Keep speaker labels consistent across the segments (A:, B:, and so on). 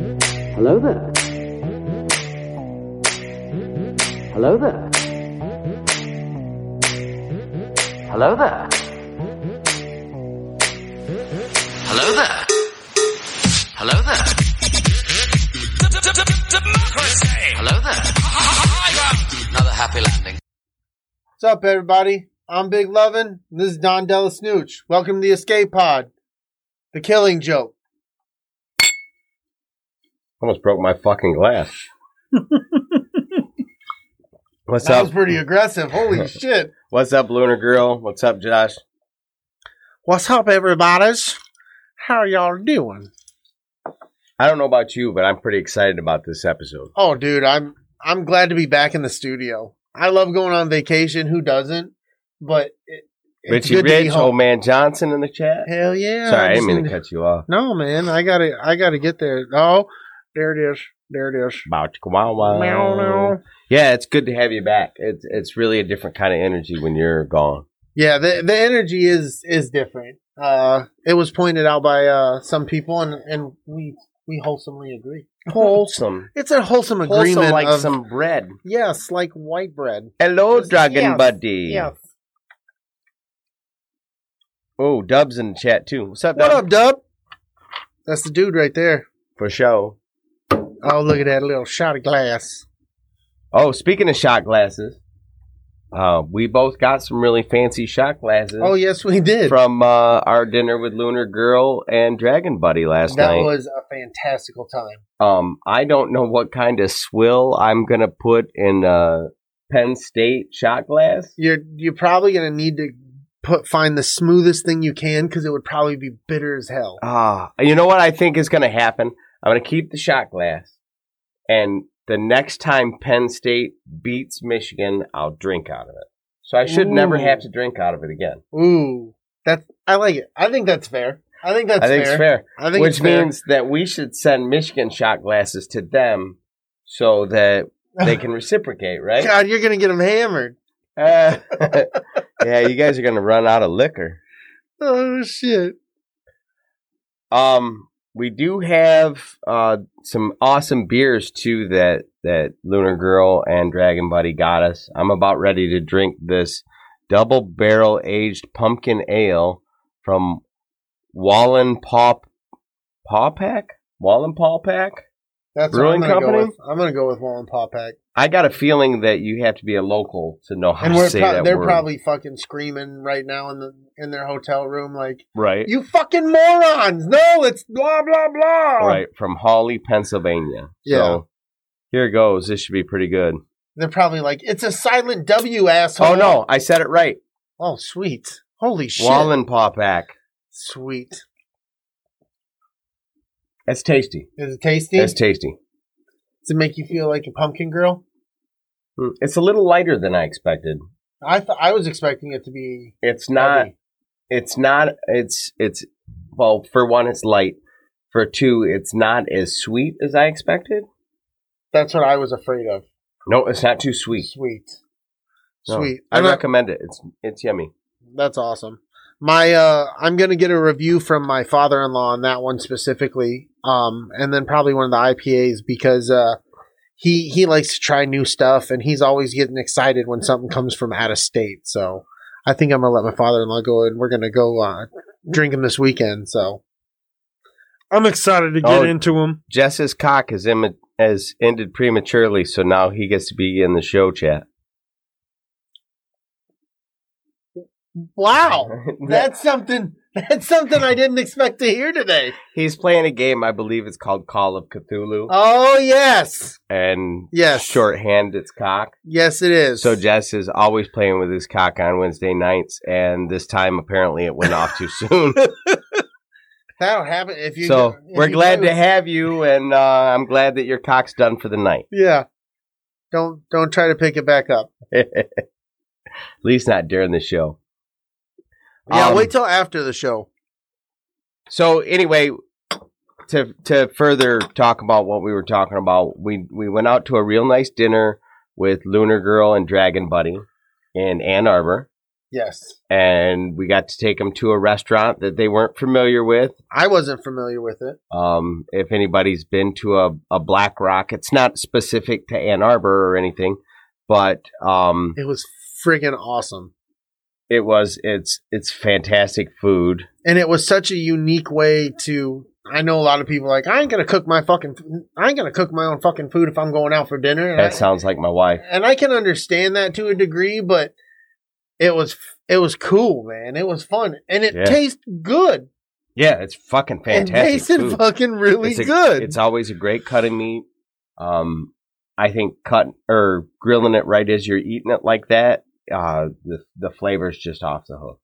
A: Hello there. Hello there. Hello there. Hello there. Hello there. Hello there. Another happy landing.
B: What's up, everybody? I'm Big Lovin', and this is Don Della Snooch. Welcome to the Escape Pod, the killing joke.
C: Almost broke my fucking glass. What's
B: That
C: up?
B: was pretty aggressive. Holy shit.
C: What's up, Lunar Girl? What's up, Josh?
B: What's up, everybody's? How y'all doing?
C: I don't know about you, but I'm pretty excited about this episode.
B: Oh, dude, I'm I'm glad to be back in the studio. I love going on vacation. Who doesn't? But it, it's
C: Richie
B: good to be
C: Rich,
B: home.
C: old man Johnson in the chat.
B: Hell yeah!
C: Sorry, I
B: just
C: didn't mean
B: need-
C: to cut you off.
B: No, man, I gotta I gotta get there. Oh, there it is. There it is.
C: Bow chicka wow wow.
B: Meow, meow.
C: Yeah, it's good to have you back. It's it's really a different kind of energy when you're gone.
B: Yeah, the the energy is is different. Uh, it was pointed out by uh, some people, and and we we wholesomely agree.
C: Wholesome.
B: It's a wholesome agreement.
C: Wholesome like
B: of-
C: some bread.
B: yes, like white bread.
C: Hello, Dragon
D: Yes.
C: Buddy.
D: Yes.
C: Oh, Dub's in the chat too. What's up,
B: What
C: Dub?
B: up, Dub? That's the dude right there.
C: For show.
B: Oh, look at that little shot of glass.
C: Oh, speaking of shot glasses, uh, we both got some really fancy shot glasses
B: Oh yes, we did.
C: from uh, our dinner with Lunar Girl and Dragon Buddy last
B: That
C: night.
B: was a fantastical time.
C: um, I don't know what kind of swill I'm gonna put in a Penn State shot glass.
B: You're you're probably gonna need to put find the smoothest thing you can because it would probably be bitter as hell.
C: Ah, you know what I think is gonna happen? I'm gonna keep the shot glass, and the next time Penn State beats Michigan, I'll drink out of it. So I should never
B: Ooh.
C: have to drink out of it again.
B: Ooh, that's I like it. I think that's fair. I think that's
C: I think
B: fair.
C: it's fair.
B: I think
C: Which
B: it's fair.
C: means that we should send Michigan shot glasses to them so that they can reciprocate, right?
B: God, you're gonna get them hammered.
C: Uh, yeah, you guys are going to run out of liquor.
B: Oh shit!
C: Um, we do have uh, some awesome beers too that that Lunar Girl and Dragon Buddy got us. I'm about ready to drink this double barrel aged pumpkin ale from Wallen Paw Paw Pack. Wallen Paw Pack.
B: That's
C: Brewing
B: what I'm gonna
C: company?
B: Go with. I'm gonna go with Wallen Paw Pack,
C: I got a feeling that you have to be a local to know how
B: and
C: to
B: we're
C: say
B: pro-
C: that
B: they're
C: word.
B: probably fucking screaming right now in the in their hotel room, like
C: right,
B: "You fucking morons! No, it's blah blah blah."
C: right from Hawley, Pennsylvania.
B: Yeah.
C: So here goes. This should be pretty good.
B: They're probably like, "It's a silent W, asshole."
C: Oh no, I said it right.
B: Oh sweet! Holy shit!
C: Wallen Paw Pack.
B: Sweet.
C: That's tasty.
B: Is it tasty?
C: That's tasty.
B: Does it make you feel like a pumpkin girl?
C: Mm, It's a little lighter than I expected.
B: I th- I was expecting it to be
C: It's not.
B: heavy.
C: It's not. It's it's. Well, for one, it's light. For two, it's not as sweet as I expected.
B: That's what I was afraid of.
C: No, it's not too sweet.
B: Sweet.
C: No,
B: Sweet.
C: I
B: And I-
C: recommend it. It's it's yummy.
B: That's awesome. My uh I'm gonna get a review from my father in law on that one specifically. Um and then probably one of the IPAs because uh he he likes to try new stuff and he's always getting excited when something comes from out of state. So I think I'm gonna let my father in law go and we're gonna go uh drink him this weekend, so I'm excited to
C: get Oh.
B: into him.
C: Jess's cock has, Im- has ended prematurely, so now he gets to be in the show chat.
B: Wow. That's something that's something I didn't expect to hear today.
C: He's playing a game, I believe it's called Call of Cthulhu,
B: Oh yes.
C: and
B: Yes.
C: shorthand it's cock.
B: Yes it is.
C: So Jess is always playing with his cock on Wednesday nights, and this time apparently it went off too soon.
B: That'll happen if you.
C: so
B: if
C: we're
B: you
C: glad
B: play
C: to
B: with-
C: have you, and uh, I'm glad that your cock's done for the night.
B: Yeah. Don't don't try to pick it back up.
C: At least not during the show.
B: Yeah,
C: Um,
B: wait till after the show.
C: So anyway, to to further talk about what we were talking about, we we went out to a real nice dinner with Lunar Girl and Dragon Buddy in Ann Arbor.
B: Yes.
C: and we got to take them to a restaurant that they weren't familiar with.
B: I wasn't familiar with it.
C: Um, if anybody's been to a, a Black Rock, it's not specific to Ann Arbor or anything, but um,
B: It was friggin' awesome.
C: it was it's it's fantastic food.
B: And it was such a unique way to. I know a lot of people are like, I ain't gonna cook my fucking. I ain't gonna cook my own fucking food if I'm going out for dinner. And I-
C: That sounds like my wife.
B: and I can understand that to a degree, but it was it was cool, man. It was fun, and it
C: Yeah.
B: tastes good.
C: Yeah, it's fucking
B: It
C: fantastic.
B: tasted
C: food.
B: fucking really
C: it's a-
B: good.
C: It's always a great cut of meat. Um, I think cut or grilling it right as you're eating it like that, uh, the the flavor's just off the hook.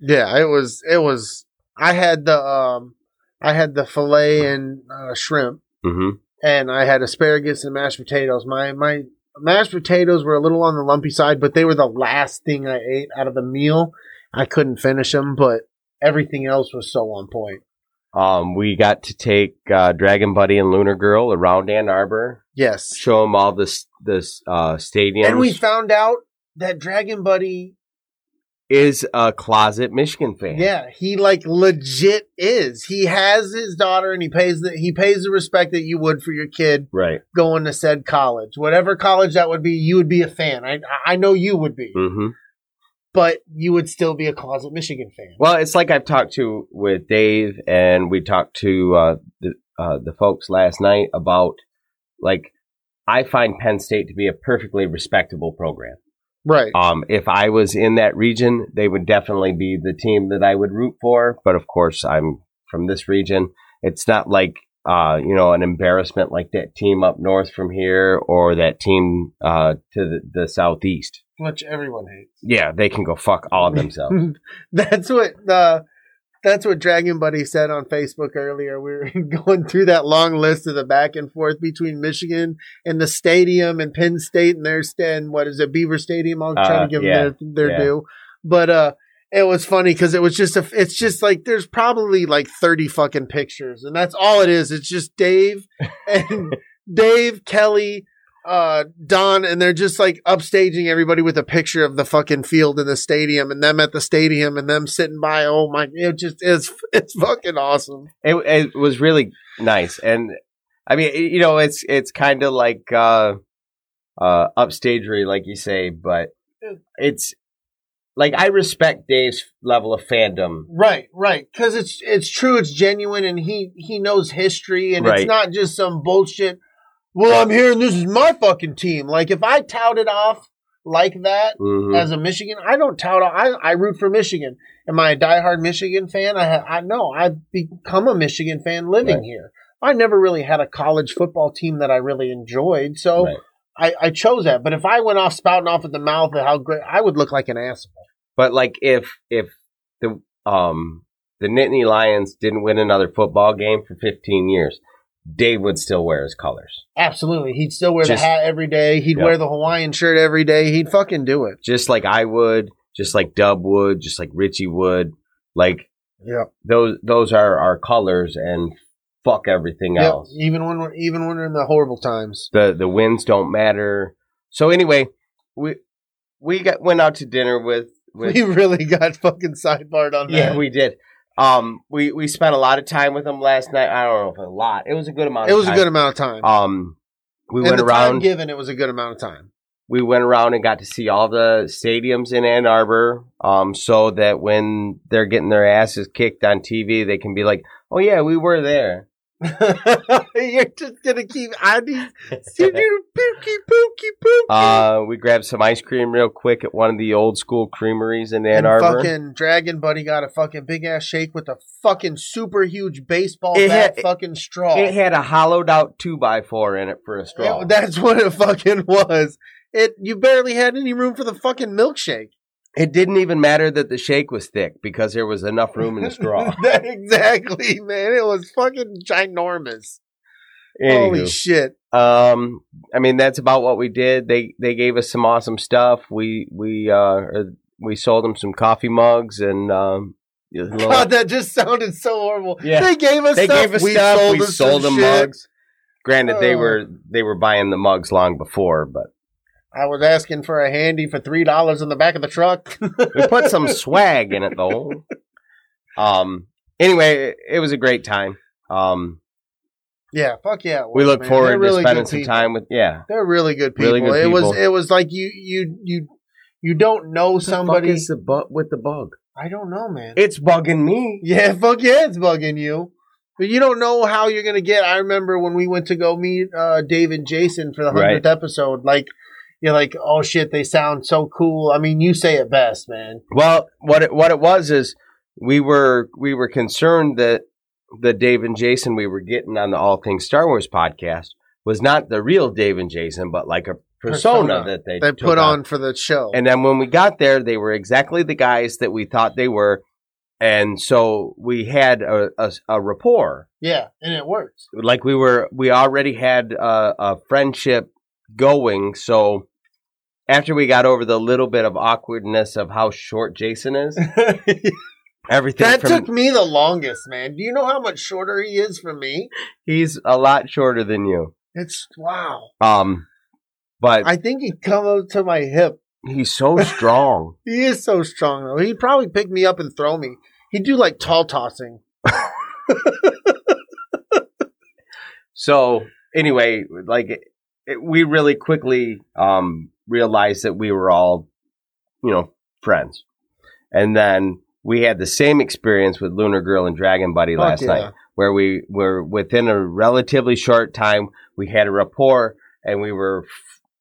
B: yeah, it was. It was. I had the um, I had the fillet and uh, shrimp,
C: Mm-hmm.
B: and I had asparagus and mashed potatoes. My my mashed potatoes were a little on the lumpy side, but they were the last thing I ate out of the meal. I couldn't finish them, but everything else was so on point.
C: Um, we got to take uh, Dragon Buddy and Lunar Girl around Ann Arbor,
B: Yes,
C: show them all this this uh, stadiums.
B: and we found out that Dragon Buddy
C: is a closet Michigan fan.
B: Yeah, he like legit is. He has his daughter, and he pays the he pays the respect that you would for your kid
C: right.
B: going to said college, whatever college that would be. You would be a fan. I I know you would be,
C: Mm-hmm.
B: but you would still be a closet Michigan fan.
C: Well, it's like I've talked to with Dave, and we talked to uh, the uh, the folks last night about like I find Penn State to be a perfectly respectable program.
B: Right.
C: Um, if I was in that region, they would definitely be the team that I would root for. But of course, I'm from this region. It's not like uh, you know an embarrassment like that team up north from here or that team uh, to the, the southeast.
B: Which everyone hates.
C: Yeah, they can go fuck all of themselves.
B: that's what uh that's what Dragon Buddy said on Facebook earlier. We were going through that long list of the back and forth between Michigan and the stadium and Penn State and their stand. What is it, Beaver Stadium? I'll try
C: Uh,
B: to give
C: yeah,
B: them their, their
C: yeah.
B: due. But uh, it was funny because it was just a. It's just like there's probably like thirty fucking pictures, and that's all it is. It's just Dave and Dave Kelly. Uh, Don, and they're just like upstaging everybody with a picture of the fucking field in the stadium, and them at the stadium, and them sitting by. Oh my! It just is. It's fucking awesome.
C: it, it was really nice and i mean it- you know it's it's kind of like uh uh upstagery like you say but it's like i respect dave's level of fandom
B: Right, right. Because it's it's true. It's genuine, and he he knows history, and
C: Right.
B: it's not just some bullshit. Well, I'm here, and this is my fucking team. Like if I touted off like that
C: Mhm.
B: as a Michigan, I don't tout. off. I I root for Michigan. Am I a diehard Michigan fan? I ha- I know I've become a Michigan fan living
C: Right.
B: here. I never really had a college football team that I really enjoyed, so
C: Right.
B: I, I chose that. But if I went off spouting off at the mouth of how great, I would look like an asshole.
C: but like if if the um the nittany lions didn't win another football game for 15 years dave would still wear his colors
B: Absolutely. He'd still wear
C: Just-
B: the hat every day. He'd
C: Yep.
B: wear the Hawaiian shirt every day. He'd fucking do it.
C: just like i would just like dub would just like richie would like
B: Yeah.
C: those those are our colors and fuck everything else.
B: Even when we're even when we're in the horrible times.
C: The the wins don't matter. So anyway, we we got went out to dinner with with
B: we really got fucking sidebarred on that.
C: yeah we did. Um, we we spent a lot of time with them last night. I don't know if a lot. It was a good amount.
B: it
C: of
B: was a
C: time.
B: good amount of time.
C: Um, we
B: and
C: went
B: the time
C: around.
B: given, it was a good amount of time.
C: we went around and got to see all the stadiums in Ann Arbor. Um, so that when they're getting their asses kicked on TV, they can be like, "Oh yeah, we were there."
B: You're just gonna keep I need see you pookie pookie pookie.
C: Uh, we grabbed some ice cream real quick at one of the old school creameries in Ann
B: and
C: Arbor.
B: fucking Dragon Buddy got a fucking big ass shake with a fucking super huge baseball
C: It
B: bat
C: had-
B: fucking straw.
C: it had a hollowed out two by four in it for a straw.
B: Yeah, that's what it fucking was. It you barely had any room for the fucking milkshake.
C: it didn't even matter that the shake was thick because there was enough room in the straw.
B: That- exactly, man. It was fucking ginormous. Holy
C: Anywho,
B: shit.
C: um, I mean that's about what we did. They they gave us some awesome stuff. We we uh er, we sold them some coffee mugs and um. a little-
B: God, that just sounded so horrible.
C: Yeah.
B: They gave us
C: they
B: stuff.
C: gave us stuff. we
B: us
C: sold
B: some
C: them
B: shit.
C: mugs. Granted, they
B: Oh.
C: were they were buying the mugs long before, but
B: I was asking for a handy for three dollars in the back of the truck.
C: we put some swag in it though. Um. Anyway, it was a great time. Um.
B: yeah, fuck yeah. it
C: We
B: was,
C: look
B: man.
C: forward
B: They're
C: to
B: really
C: spending
B: good
C: some
B: people.
C: time with. Yeah.
B: They're really good people.
C: Really good
B: it was
C: people.
B: it was like you you you you don't know somebody.
C: the bu- with the bug?
B: I don't know, man.
C: It's bugging me.
B: yeah, fuck yeah, it's bugging you. But you don't know how you're gonna get. I remember when we went to go meet uh, Dave and Jason for the
C: Right.
B: hundredth episode. Like you're like, oh shit, they sound so cool. I mean, you say it best, man.
C: Well, what it, what it was is we were we were concerned that the Dave and Jason we were getting on the All Things Star Wars podcast was not the real Dave and Jason, but like a persona,
B: Persona
C: that they
B: They
C: took
B: put on for the show.
C: And then when we got there, they were exactly the guys that we thought they were, and so we had a, a, a rapport.
B: yeah, and it works.
C: Like we were, we already had a, a friendship going. So after we got over the little bit of awkwardness of how short Jason is, everything
B: That
C: from-
B: took me the longest, man. Do you know how much shorter he is from me?
C: he's a lot shorter than you.
B: It's wow.
C: Um, but
B: I think he come up to my hip.
C: he's so strong.
B: He is so strong though. He'd probably pick me up and throw me. He'd do like tall tossing.
C: so anyway, like it, it- we really quickly um realized that we were all, you know, friends, and then we had the same experience with Lunar Girl and Dragon Buddy
B: Fuck
C: last
B: yeah.
C: night, where we were within a relatively short time we had a rapport and we were. f-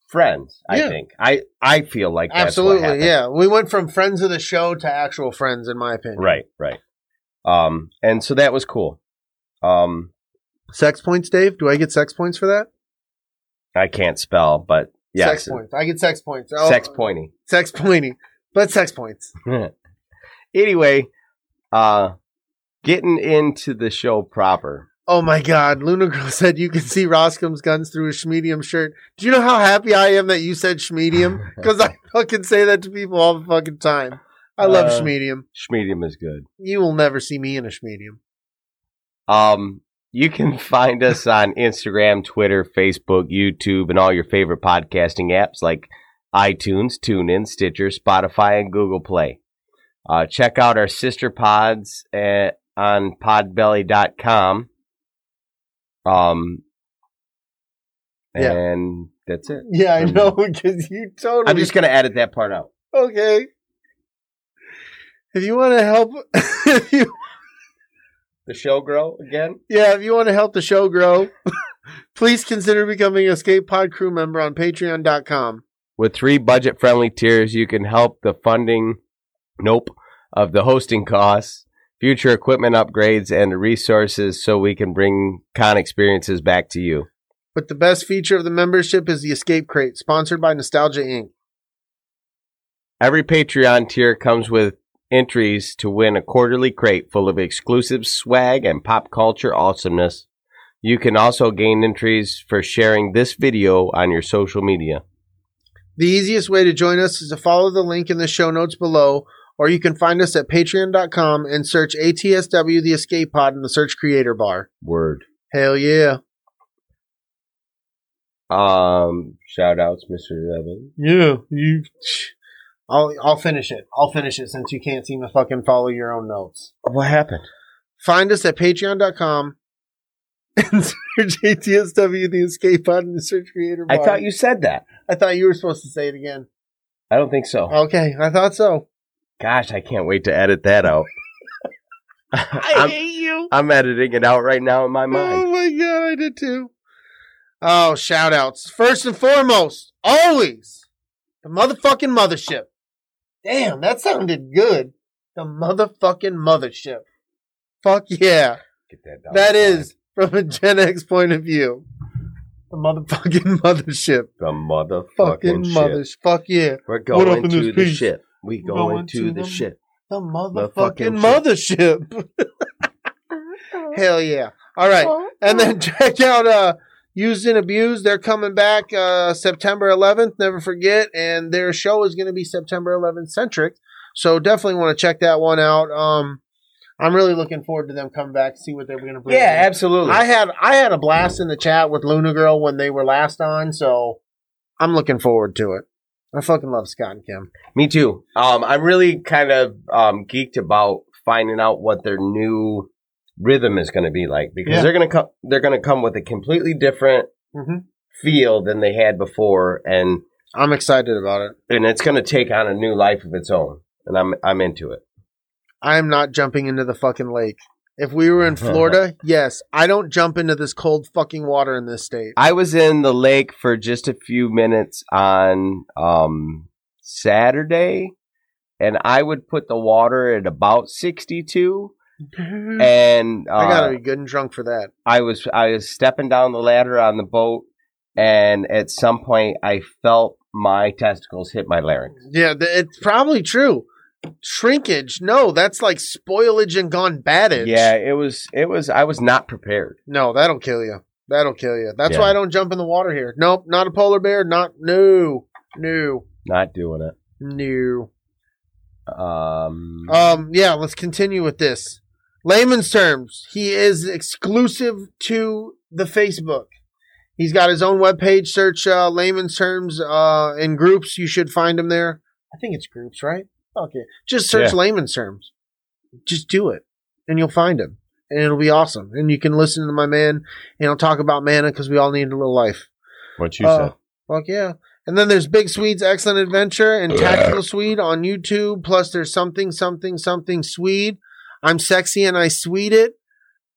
C: Friends, I
B: Yeah.
C: think I I feel like that's what happened.
B: Absolutely, yeah. We went from friends of the show to actual friends, in my opinion.
C: Right, right. Um, and so that was cool. Um,
B: Sex points, Dave. Do I get sex points for that?
C: I can't spell, but yes,
B: Sex points. I get sex points. Oh,
C: sex pointy.
B: Sex pointy. But sex points.
C: anyway, uh, getting into the show proper.
B: Oh my God! Luna Girl said you can see Roscom's guns through his Schmedium shirt. Do you know how happy I am that you said Schmedium? Because I fucking say that to people all the fucking time. I love
C: Uh,
B: Schmedium.
C: Schmedium is good.
B: You will never see me in a Schmedium.
C: Um, you can find us on Instagram, Twitter, Facebook, YouTube, and all your favorite podcasting apps like iTunes, TuneIn, Stitcher, Spotify, and Google Play. Uh, check out our sister pods at, on podbelly.com. Um,
B: Yeah.
C: and that's it.
B: Yeah, I
C: I'm-
B: know because you totally.
C: I'm just going to edit that part out.
B: okay. If you want to help, if you
C: The show grow again?
B: Yeah, if you want to help the show grow, please consider becoming a Escape Pod crew member on patreon.com.
C: With three budget friendly tiers, you can help the funding, nope, of the hosting costs, future equipment upgrades, and resources so we can bring con experiences back to you.
B: But the best feature of the membership is the Escape Crate, sponsored by Nostalgia Inc.
C: Every Patreon tier comes with entries to win a quarterly crate full of exclusive swag and pop culture awesomeness. You can also gain entries for sharing this video on your social media.
B: The easiest way to join us is to follow the link in the show notes below, or you can find us at patreon.com and search ATSW the Escape Pod in the search creator bar.
C: Word.
B: Hell yeah.
C: Um, shout outs, Mr. Evans.
B: Yeah, you. I'll, I'll finish it. I'll finish it since you can't seem to fucking follow your own notes.
C: What happened?
B: Find us at patreon.com and search ATSW the escape pod in the search creator bar.
C: I thought you said that.
B: I thought you were supposed to say it again.
C: I don't think so.
B: Okay, I thought so.
C: Gosh, I can't wait to edit that out. I'm,
B: hate you.
C: I'm editing it out right now in my mind.
B: Oh my god, I did too. Oh, shout outs. First and foremost, always the motherfucking mothership. Damn, that sounded good. The motherfucking mothership. Fuck yeah.
C: Get that down.
B: That is from a Gen X point of view. The motherfucking mothership.
C: the motherfucking
B: Fucking
C: shit.
B: mothers. Fuck yeah.
C: We're
B: What up
C: going
B: in
C: to
B: this
C: the
B: piece?
C: shit. We
B: We're
C: going,
B: going
C: to
B: to
C: the
B: the-
C: shit.
B: The
C: fucking
B: motherfucking mothership. Hell yeah. All right.
C: Oh,
B: And then check out uh Used and Abused. They're coming back uh September 11th, never forget, and their show is going to be September 11th centric. So definitely want to check that one out. Um I'm really looking forward to them coming back, see what they're going to bring.
C: Yeah, absolutely.
B: I had I had a blast in the chat with Luna Girl when they were last on, so I'm looking forward to it. I fucking love Scott and Kim.
C: Me too. Um, I'm really kind of um, geeked about finding out what their new rhythm is going to be like because
B: Yeah.
C: they're going to come. They're going to come with a completely different
B: Mhm.
C: feel than they had before, and
B: I'm excited about it.
C: and it's going to take on a new life of its own. And I'm I'm into it.
B: I'm not jumping into the fucking lake. If we were in Florida, yes, I don't jump into this cold fucking water in this state.
C: I was in the lake for just a few minutes on um, Saturday, and I would put the water at about 62.
B: I
C: And uh,
B: gotta be good and drunk for that.
C: I was I was stepping down the ladder on the boat, and at some point I felt my testicles hit my larynx.
B: Yeah, th- it's probably true. Shrinkage? No, that's like spoilage and gone battage.
C: Yeah, it was it was I was not prepared.
B: No, that'll kill you. That'll kill you. That's
C: Yeah.
B: why I don't jump in the water here. Nope, not a polar bear. Not no, no,
C: Not doing it.
B: no.
C: Um,
B: Um, yeah, let's continue with this. Layman's terms. He is exclusive to the Facebook. He's got his own webpage. Search uh, layman's terms uh, in groups. You should find him there. I think it's groups, right? Okay. Just search
C: Yeah.
B: layman's terms. Just do it, and you'll find him, and it'll be awesome. And you can listen to my man, and I'll talk about mana because we all need a little life.
C: what you
B: Oh,
C: said?
B: Fuck yeah. And then there's Big Swede's Excellent Adventure and Tactical Swede on YouTube. Plus there's something, something, something Swede. I'm sexy and I Swede it.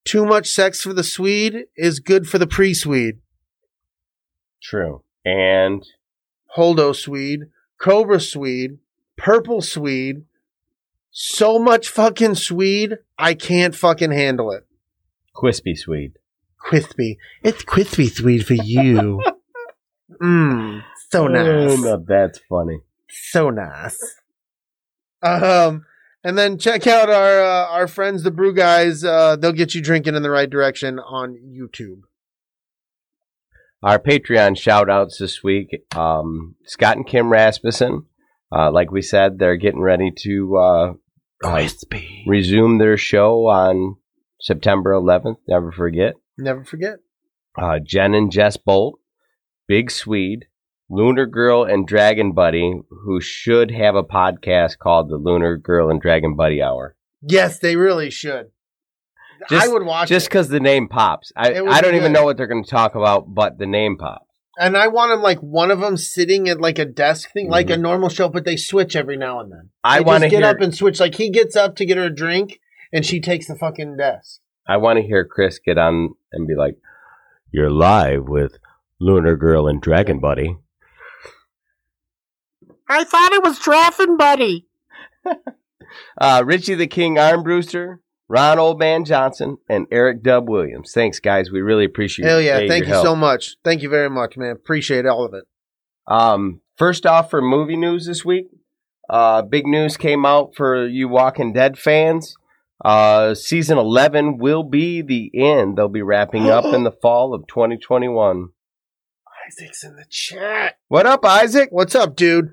B: Too much sex for the Swede is good for the pre Swede.
C: True. And
B: Holdo Swede, Cobra Swede, Purple Swede. So much fucking Swede, I can't fucking handle it.
C: crispy Swede.
B: Quithby. It's Quithby Swede for you. Mmm. So nice.
C: Oh, now that's funny.
B: so nice. Um, and then check out our uh, our friends, the Brew Guys. Uh, they'll get you drinking in the right direction on YouTube.
C: Our Patreon shout outs this week um, Scott and Kim Rasmussen. Uh, like we said, they're getting ready to uh, uh, resume their show on September 11th. Never forget.
B: Never forget.
C: Uh, Jen and Jess Bolt, Big Swede, Lunar Girl, and Dragon Buddy, who should have a podcast called the Lunar Girl and Dragon Buddy Hour.
B: Yes, they really should. I
C: Just-
B: would watch
C: Just
B: just,
C: because the name pops. I,
B: It would
C: I don't
B: be
C: even
B: good.
C: know what they're going to talk about, but the name pops.
B: and I want them like one of them sitting at like a desk thing, like a
C: Mhm.
B: normal show, but they switch every now and then.
C: I
B: They just
C: want to
B: get
C: hear.
B: up and switch. Like he gets up to get her a drink, and she takes the fucking desk.
C: I want to hear Chris get on and be like, "You're live with Lunar Girl and Dragon Buddy."
B: I thought it was Draffin Buddy.
C: Uh, Richie the King Armbruster, Ron Old Man Johnson, and Eric Dub Williams. Thanks, guys. We really appreciate.
B: Hell yeah!
C: your
B: Thank you
C: help.
B: so much. Thank you very much, man. Appreciate all of it.
C: Um, first off, for movie news this week, uh, big news came out for you Walking Dead fans. Uh, season 11 will be the end. They'll be wrapping up in the fall of 2021.
B: Isaac's in the chat.
C: What up, Isaac?
B: What's up, dude?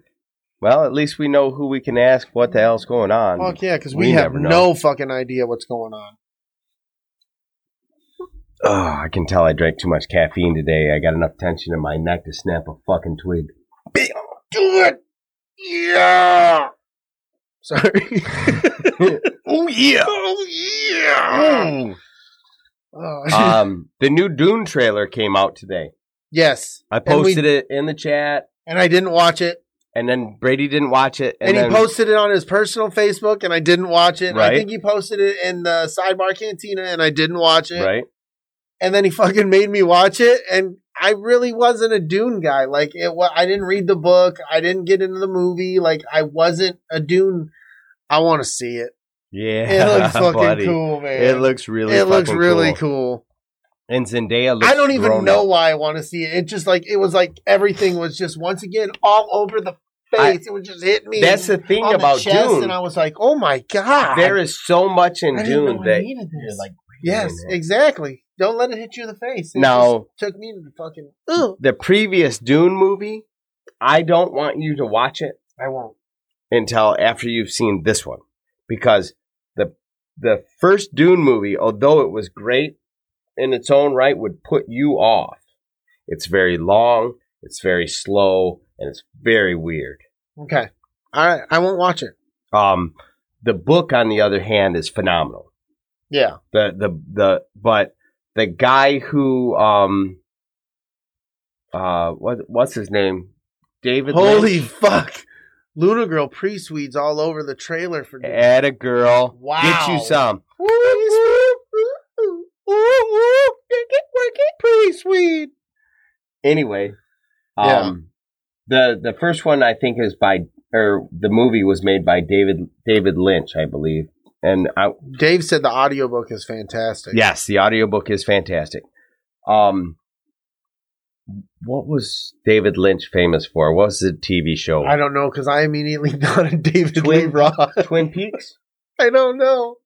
C: Well, at least we know who we can ask what the hell's going on.
B: Fuck yeah, because we,
C: We
B: have
C: never know.
B: no fucking idea what's going on.
C: Oh, I can tell I drank too much caffeine today. I got enough tension in my neck to snap a fucking twig.
B: Do it! Yeah! Sorry. oh yeah! Oh yeah! Oh,
C: um, the new Dune trailer came out today.
B: yes.
C: I
B: And we-
C: posted it in the chat,
B: And I didn't watch it.
C: and then Brady didn't watch it.
B: And,
C: then-
B: he posted it on his personal Facebook, and I didn't watch it. I
C: Right.
B: think he posted it in the sidebar cantina, and I didn't watch it.
C: right?
B: and then he fucking made me watch it and I really wasn't a Dune guy. Like it was, I didn't read the book. I didn't get into the movie. Like I wasn't a Dune. I want to see it. It
C: Yeah,
B: looks fucking
C: buddy.
B: cool, man.
C: It looks really.
B: It looks
C: fucking
B: really cool.
C: cool. And Zendaya. Looks
B: I don't even
C: grown
B: know
C: up.
B: why I want to see it. It just like it was like everything was just once again all over the face. it was just hitting me.
C: That's the thing
B: on the
C: about
B: chest,
C: Dune.
B: and I was like, oh my god,
C: there is so much in
B: I didn't know
C: Dune
B: I
C: that
B: needed this.
C: you're like,
B: yes,
C: wait a minute.
B: exactly. Don't let it hit you in the face. It
C: Now-
B: just took me to the fucking. Ugh.
C: the previous Dune movie. I don't want you to watch it
B: I won't.
C: until after you've seen this one because the the first Dune movie, although it was great in its own right, would put you off. It's very long. It's very slow and it's very weird.
B: Okay. All right. I won't watch it.
C: Um, the book, on the other hand, is phenomenal.
B: Yeah.
C: The the the but the guy who um uh what what's his name? David
B: Holy
C: Lynch
B: fuck. Luna Girl pre swedes all over the trailer for
C: at a girl.
B: Wow.
C: Get you some. Pretty sweet. Anyway, um, the the first one I think is by or the movie was made by David David Lynch, I believe. And I,
B: Dave said the audiobook is fantastic.
C: yes, the audiobook is fantastic. Um, what was David Lynch famous for? What was the TV show?
B: I don't know because I immediately thought of David Lee
C: Twin-
B: Roth.
C: Twin Peaks.
B: I don't know.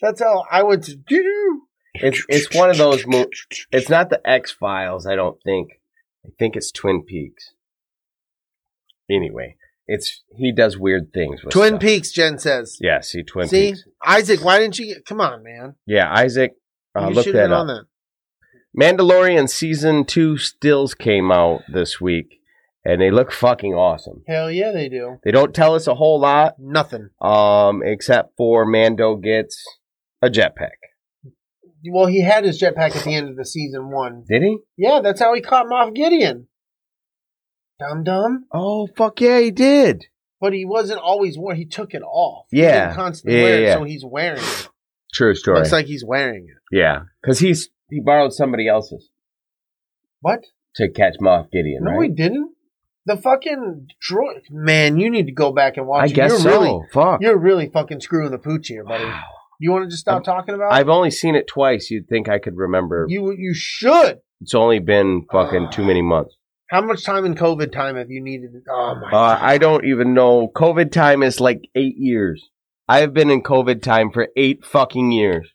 B: That's how I went to do.
C: It's it's one of those mo- It's not the X Files, I don't think. I think it's Twin Peaks. Anyway, it's he does weird things with
B: Twin
C: stuff.
B: Peaks, Jen says.
C: Yeah, see Twin
B: See,
C: Peaks.
B: Isaac, why didn't you? Get, come on, man.
C: Yeah, Isaac. Uh,
B: you
C: look
B: should have
C: that
B: been on
C: up.
B: that.
C: Mandalorian season two stills came out this week, and they look fucking awesome.
B: Hell yeah, they do.
C: They don't tell us a whole lot,
B: Nothing.
C: um, except for Mando gets a jetpack.
B: Well, he had his jetpack at the end of the season one.
C: Did he?
B: Yeah, that's how he caught Moff Gideon. Dum dum.
C: Oh fuck yeah, he did.
B: But he wasn't always wearing. He took it off. He
C: Yeah.
B: didn't constantly
C: Yeah,
B: wear it,
C: yeah.
B: so he's wearing it.
C: True story.
B: Looks like he's wearing it.
C: Yeah, because he's he borrowed somebody else's
B: What?
C: to catch Moff Gideon.
B: No, he
C: right?
B: didn't. The fucking droid. Man, you need to go back and watch.
C: I
B: it.
C: guess
B: you're
C: so.
B: Really,
C: Fuck.
B: you're really fucking screwing the pooch here, buddy.
C: Wow.
B: You want to just stop talking about? it?
C: I've only seen it twice. You'd think I could remember.
B: You you should.
C: it's only been fucking too many months.
B: How much time in COVID time have you needed? Oh my.
C: Uh, I don't even know. COVID time is like eight years. I have been in COVID time for eight fucking years.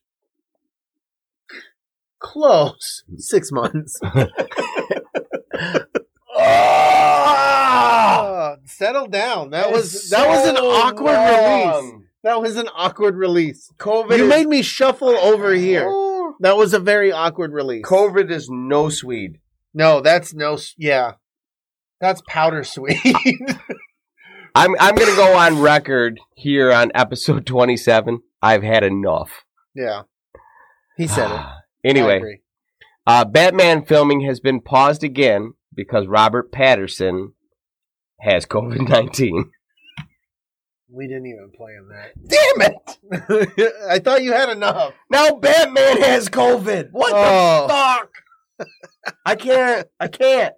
B: Close. Six months. Uh, settle down. That was that was an awkward release. That was an awkward release.
C: COVID.
B: you
C: is,
B: made me shuffle over here.
C: Oh.
B: That was a very awkward release.
C: COVID is no Swede.
B: No, that's no. s- Yeah, that's powder sweet.
C: I'm I'm gonna go on record here on episode 27. I've had enough. Ah.
B: yeah, he said it. I
C: anyway,
B: agree.
C: uh, Batman filming has been paused again because Robert Patterson has COVID 19.
B: we didn't even plan that.
C: Damn it!
B: I thought you had enough.
C: Now Batman has COVID. What
B: Oh.
C: fuck? I can't. I can't.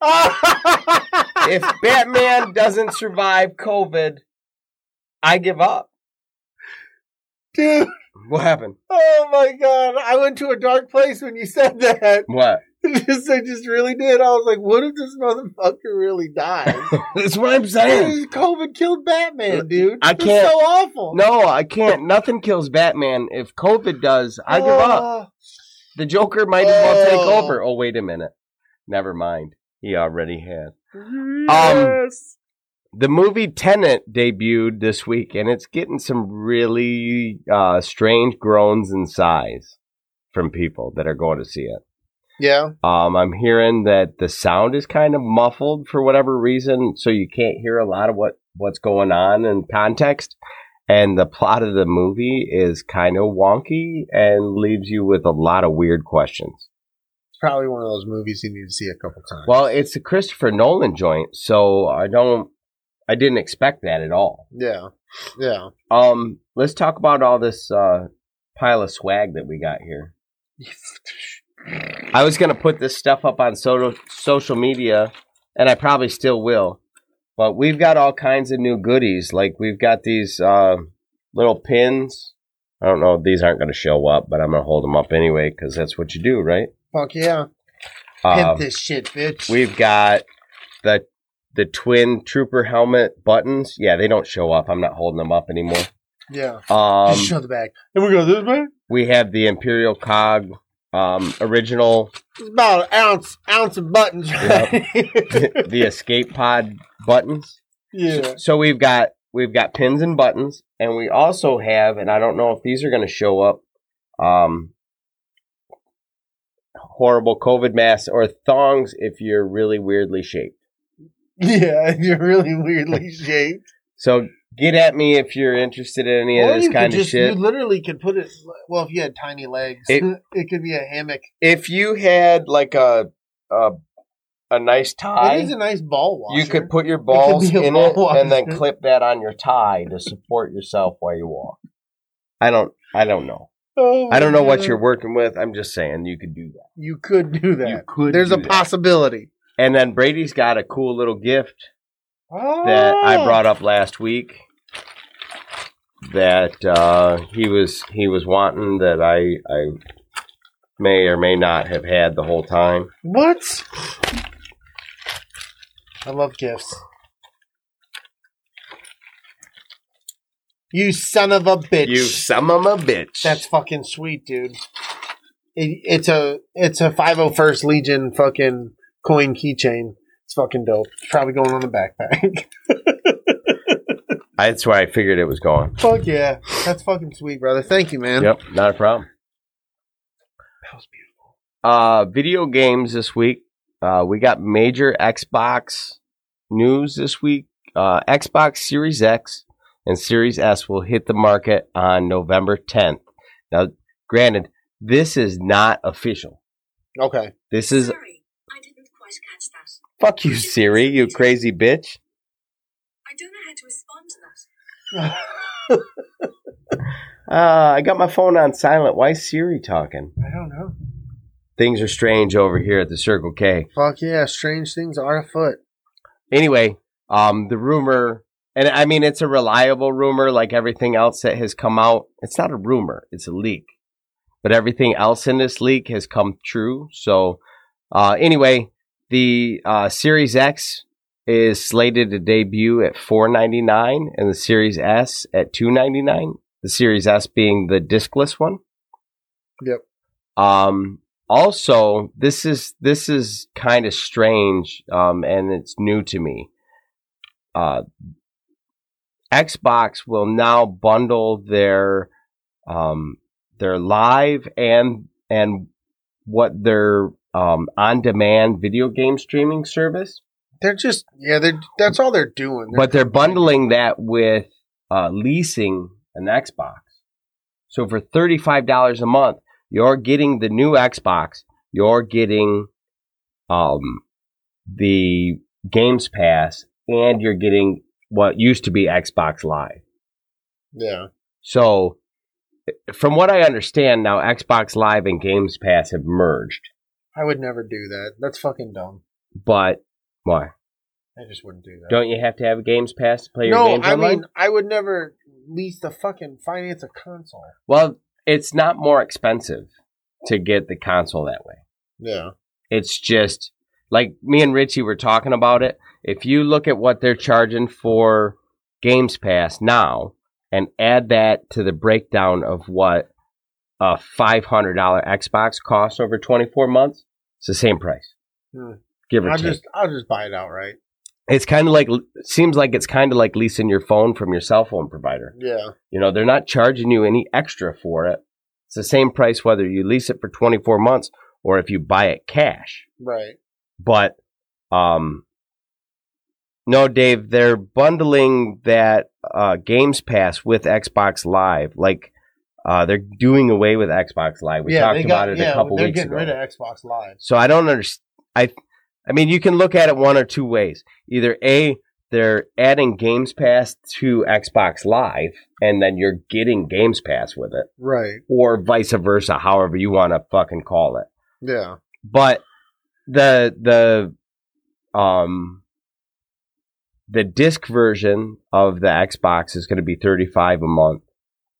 B: Oh.
C: If Batman doesn't survive COVID, I give up.
B: Dude,
C: What happened?
B: oh my god, I went to a dark place when you said that.
C: What?
B: just, I just really did. I was like, what if this motherfucker really dies?
C: That's what I'm
B: COVID killed Batman, dude.
C: I
B: That's
C: can't-
B: so awful.
C: No, I can't. Nothing kills Batman. If COVID does, I give up. The Joker might as well take
B: Oh.
C: over. Oh, wait a minute. Never mind. He already has. Um,
B: Oh. Yes.
C: The movie Tenet debuted this week, and it's getting some really uh, strange groans and sighs from people that are going to see it.
B: yeah.
C: Um, I'm hearing that the sound is kind of muffled for whatever reason, so you can't hear a lot of what, what's going on in context. And the plot of the movie is kind of wonky and leaves you with a lot of weird questions.
B: It's probably one of those movies you need to see a couple times.
C: Well, it's a Christopher Nolan joint, so I don't, I didn't expect that at all.
B: yeah. Yeah.
C: Um, let's talk about all this uh, pile of swag that we got here. I was gonna put this stuff up on so- social media, and I probably still will. But we've got all kinds of new goodies. Like we've got these uh, little pins. I don't know. These aren't gonna show up, but I'm gonna hold them up anyway because that's what you do, right?
B: Fuck yeah. Pimp
C: Um,
B: this shit, bitch.
C: we've got the the twin trooper helmet buttons. Yeah, they don't show up. I'm not holding them up anymore.
B: yeah.
C: Um,
B: Just show the bag. And we go this way.
C: We have the Imperial Cog um, original,
B: It's about an ounce, ounce of buttons.
C: Yep. the escape pod buttons.
B: yeah.
C: So we've got we've got pins and buttons, and we also have, and I don't know if these are going to show up. Um, horrible COVID masks or thongs if you're really weirdly shaped.
B: Yeah, you're really weirdly shaped.
C: So get at me if you're interested in any of
B: or
C: this
B: you
C: kind
B: could
C: of
B: just,
C: shit.
B: you literally could put it, well, if you had tiny legs, it,
C: It-
B: could be a hammock.
C: if you had like a a, a nice tie,
B: it is a nice ball washer.
C: you could put your balls
B: be a
C: in
B: ball
C: it and then
B: washer.
C: clip that on your tie to support yourself while you walk. I don't. I don't know.
B: Oh
C: I don't know
B: my
C: what
B: God.
C: you're working with. I'm just saying you could do that.
B: You could do that.
C: You could.
B: There's
C: do
B: a
C: that.
B: possibility.
C: And then Brady's got a cool little gift
B: Oh.
C: that I brought up last week that uh, he was he was wanting that I I may or may not have had the whole time.
B: What? I love gifts. You son of a bitch.
C: You some of a bitch.
B: That's fucking sweet, dude. It, it's a it's a 501st Legion fucking coin keychain. It's fucking dope. It's probably going on the backpack.
C: that's where I figured it was going.
B: Fuck yeah. That's fucking sweet, brother. Thank you, man.
C: Yep, not a problem.
B: That was beautiful.
C: Uh, video games this week. Uh, we got major Xbox news this week. Uh, Xbox Series X and Series S will hit the market on November 10th. Now, granted, this is not official.
B: Okay.
C: This is
D: Sorry, I didn't quite catch that.
C: fuck you, Siri, you crazy bitch.
D: I don't know how to respond to that.
C: Uh, I got my phone on silent. Why is Siri talking?
B: I don't know.
C: Things are strange over here at the Circle K.
B: Fuck yeah. Strange things are afoot.
C: anyway, um, the rumor, and I mean, it's a reliable rumor, like everything else that has come out. It's not a rumor; it's a leak. But everything else in this leak has come true. So, uh, anyway, the uh, Series X is slated to debut at four ninety nine, and the Series S at two ninety nine. The Series S being the discless one.
B: Yep.
C: Um, also, this is this is kind of strange, um, and it's new to me. Uh, Xbox will now bundle their um, their live and and what their um, on demand video game streaming service,
B: They're just yeah, they're that's all they're doing.
C: but they're bundling that with uh, leasing an Xbox. So for thirty five dollars a month, you're getting the new Xbox. You're getting um, the Games Pass, and you're getting what used to be Xbox Live.
B: yeah.
C: So, from what I understand now, Xbox Live and Games Pass have merged.
B: I would never do that. That's fucking dumb.
C: But why?
B: I just wouldn't do that.
C: Don't you have to have a Games Pass to play your
B: no,
C: games
B: I
C: online?
B: mean I would never lease the fucking finance a console.
C: well, it's not more expensive to get the console that way.
B: Yeah.
C: It's just like me and Richie were talking about it. If you look at what they're charging for Games Pass now and add that to the breakdown of what a $500 Xbox costs over 24 months, it's the same price.
B: Hmm.
C: Give or
B: I'll
C: take.
B: just I'll just buy it outright.
C: it's kind of like, seems like it's kind of like leasing your phone from your cell phone provider.
B: Yeah.
C: You know, they're not charging you any extra for it. It's the same price whether you lease it for 24 months or if you buy it cash
B: Right.
C: but um no dave they're bundling that uh games pass with xbox live like uh they're doing away with xbox live we talked about it a couple
B: they're
C: weeks
B: getting
C: ago
B: rid of Xbox Live.
C: so i don't understand i i mean you can look at it one or two ways either a they're adding games pass to xbox live and then you're getting games pass with it
B: Right.
C: or vice versa however you want to fucking call it
B: Yeah.
C: but the the um the disc version of the Xbox is going to be 35 a month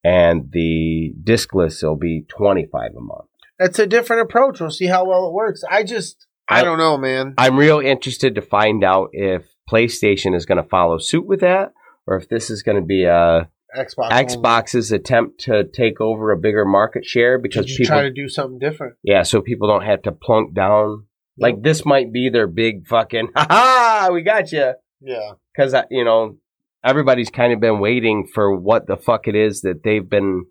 C: and the discless will be 25 a month.
B: It's a different approach. We'll see how well it works. I just I,
C: I-
B: don't know, man.
C: I'm real interested to find out if PlayStation is going to follow suit with that or if this is going to be uh
B: Xbox only.
C: Xbox's attempt to take over a bigger market share because
B: Should just
C: people
B: try to do something different.
C: Yeah, so people don't have to plunk down. Like this might be their big fucking ha ha, we got uh, you.
B: Yeah.
C: because you know everybody's kind of been waiting for what the fuck it is that they've been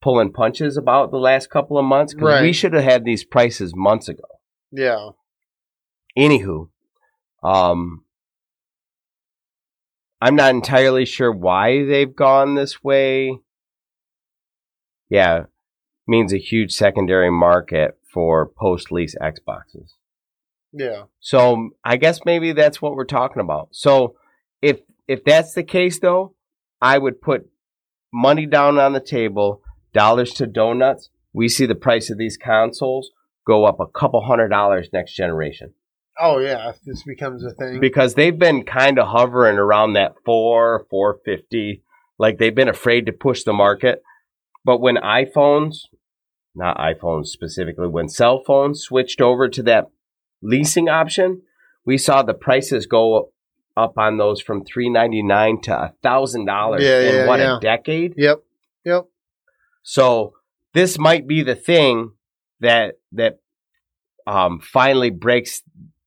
C: pulling punches about the last couple of months because we
B: Right.
C: should have had these prices months ago.
B: Yeah.
C: Anywho, um, I'm not entirely sure why they've gone this way. Yeah, means a huge secondary market for post lease Xboxes.
B: Yeah.
C: So I guess maybe that's what we're talking about. So if if that's the case though, I would put money down on the table, dollars to donuts. We see the price of these consoles go up a couple hundred dollars next generation
B: Oh yeah. If this becomes a thing.
C: because they've been kind of hovering around that 4 450 like they've been afraid to push the market but when iPhones not iPhones specifically when cell phones switched over to that leasing option we saw the prices go up on those from 399 to $1000
B: Yeah,
C: in
B: yeah,
C: what
B: yeah.
C: a decade
B: yep. Yep.
C: so this might be the thing that that um, finally breaks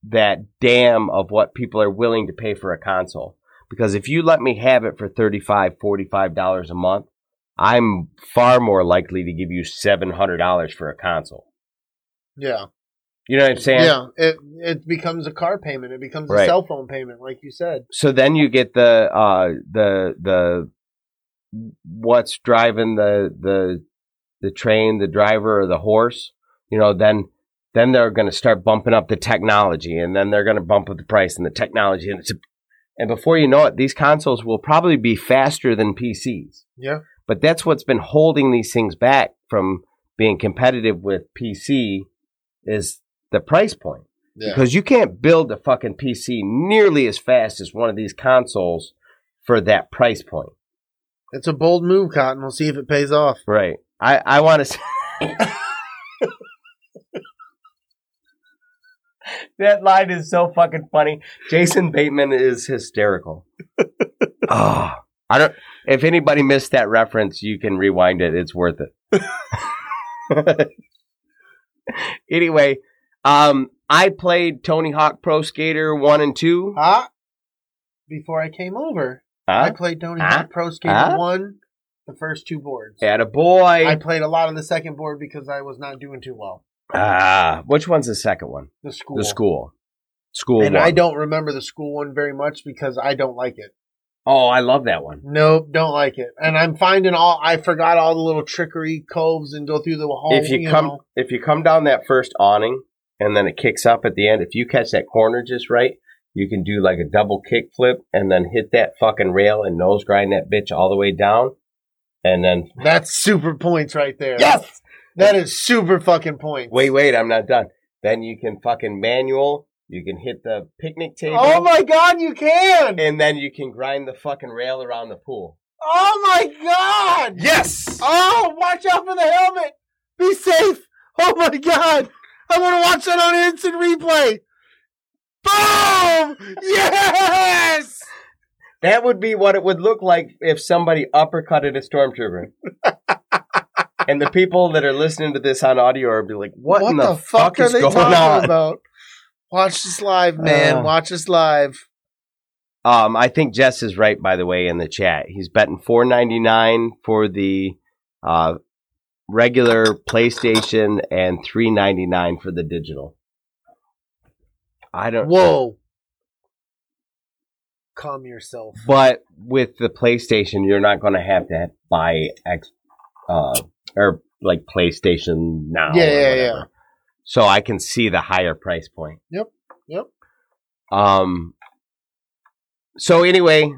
C: that dam of what people are willing to pay for a console. Because if you let me have it for $35, $45 a month, I'm far more likely to give you $700 for a console.
B: Yeah.
C: You know what I'm saying?
B: Yeah. It it becomes a car payment. It becomes
C: Right.
B: a cell phone payment, like you said.
C: So then you get the uh, the the what's driving the the the train, the driver or the horse. You know, then then they're going to start bumping up the technology, and then they're going to bump up the price and the technology, and it's a, and before you know it, these consoles will probably be faster than PCs.
B: Yeah.
C: But that's what's been holding these things back from being competitive with PC is the price point
B: Yeah.
C: because you can't build a fucking PC nearly as fast as one of these consoles for that price point.
B: It's a bold move, Cotton. We'll see if it pays off.
C: Right. I, I want to. that line is so fucking funny. Jason Bateman is hysterical. Ah, I don't. If anybody missed that reference, you can rewind it. It's worth it. anyway, um, I played Tony Hawk Pro Skater one and two.
B: Huh? Ah, Before I came over, I
C: Huh?
B: played Tony
C: Huh?
B: Hawk Pro Skater
C: Huh?
B: One, the first two boards.
C: a boy.
B: I played a lot on the second board because I was not doing too well.
C: ah, which one's the second one?
B: The school.
C: The school. School
B: And
C: one.
B: I don't remember the school one very much because I don't like it.
C: Oh, I love that one.
B: Nope, don't like it. And I'm finding all I forgot all the little trickery coves and go through the whole.
C: if you, come
B: Oh, know.
C: if you come down that first awning and then it kicks up at the end, if you catch that corner just right, you can do like a double kick flip and then hit that fucking rail and nose grind that bitch all the way down. And then
B: that's super points right there. that is super fucking points.
C: Wait, wait, I'm not done. Then you can fucking manual, you can hit the picnic table.
B: Oh my god, you can!
C: and then you can grind the fucking rail around the pool.
B: Oh my god!
C: Yes!
B: Oh, watch out for the helmet! Be safe! Oh my god! I want to watch that on instant replay. Boom! Yes!
C: That would be what it would look like if somebody uppercutted a stormtrooper. and the people that are listening to this on audio are be like, "What, in the, fuck, is going on?"
B: about? Watch this live, man.
C: Uh.
B: watch this live.
C: Um, I think Jess is right, by the way, in the chat. He's betting four ninety nine for the uh, regular PlayStation and three ninety nine for the digital. I don't.
B: Whoa. Calm yourself.
C: But with the PlayStation, you're not going to have to buy X, uh, or like PlayStation now. or
B: Yeah, yeah,
C: whatever.
B: yeah.
C: So I can see the higher price point.
B: Yep, yep.
C: Um. So anyway,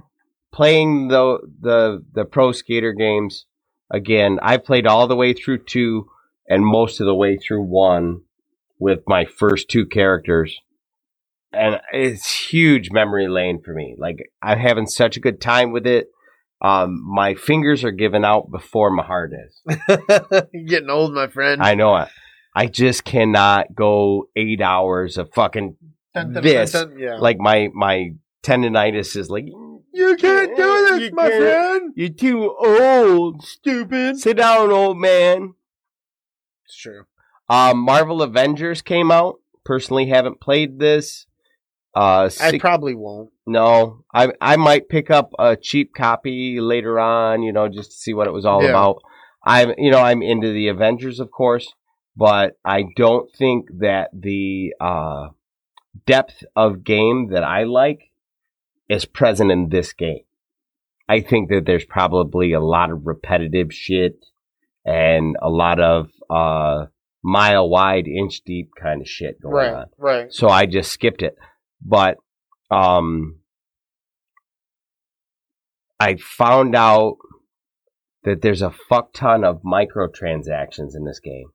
C: playing the the the pro skater games again. I played all the way through two and most of the way through one with my first two characters. And it's huge memory lane for me. Like I'm having such a good time with it. Um, my fingers are giving out before my heart is.
B: You're getting old, my friend.
C: I know it. I just cannot go eight hours of fucking this,
B: yeah.
C: like my my tendonitis is like
B: Oh, you can't do this,
C: Eh, You
B: my
C: can't.
B: friend.
C: you're too old, stupid. Sit down, old man.
B: It's true.
C: Um, Marvel Avengers came out. Personally, haven't played this. Uh,
B: I
C: six-
B: probably won't.
C: no, I I might pick up a cheap copy later on, you know, just to see what it was all
B: Yeah.
C: about. I'm you know I'm into the Avengers, of course, but I don't think that the uh, depth of game that I like is present in this game. I think that there's probably a lot of repetitive shit and a lot of uh, mile wide, inch deep kind of shit going on
B: Right, right.
C: so I just skipped it. But um, I found out that there's a fuck ton of microtransactions in this game,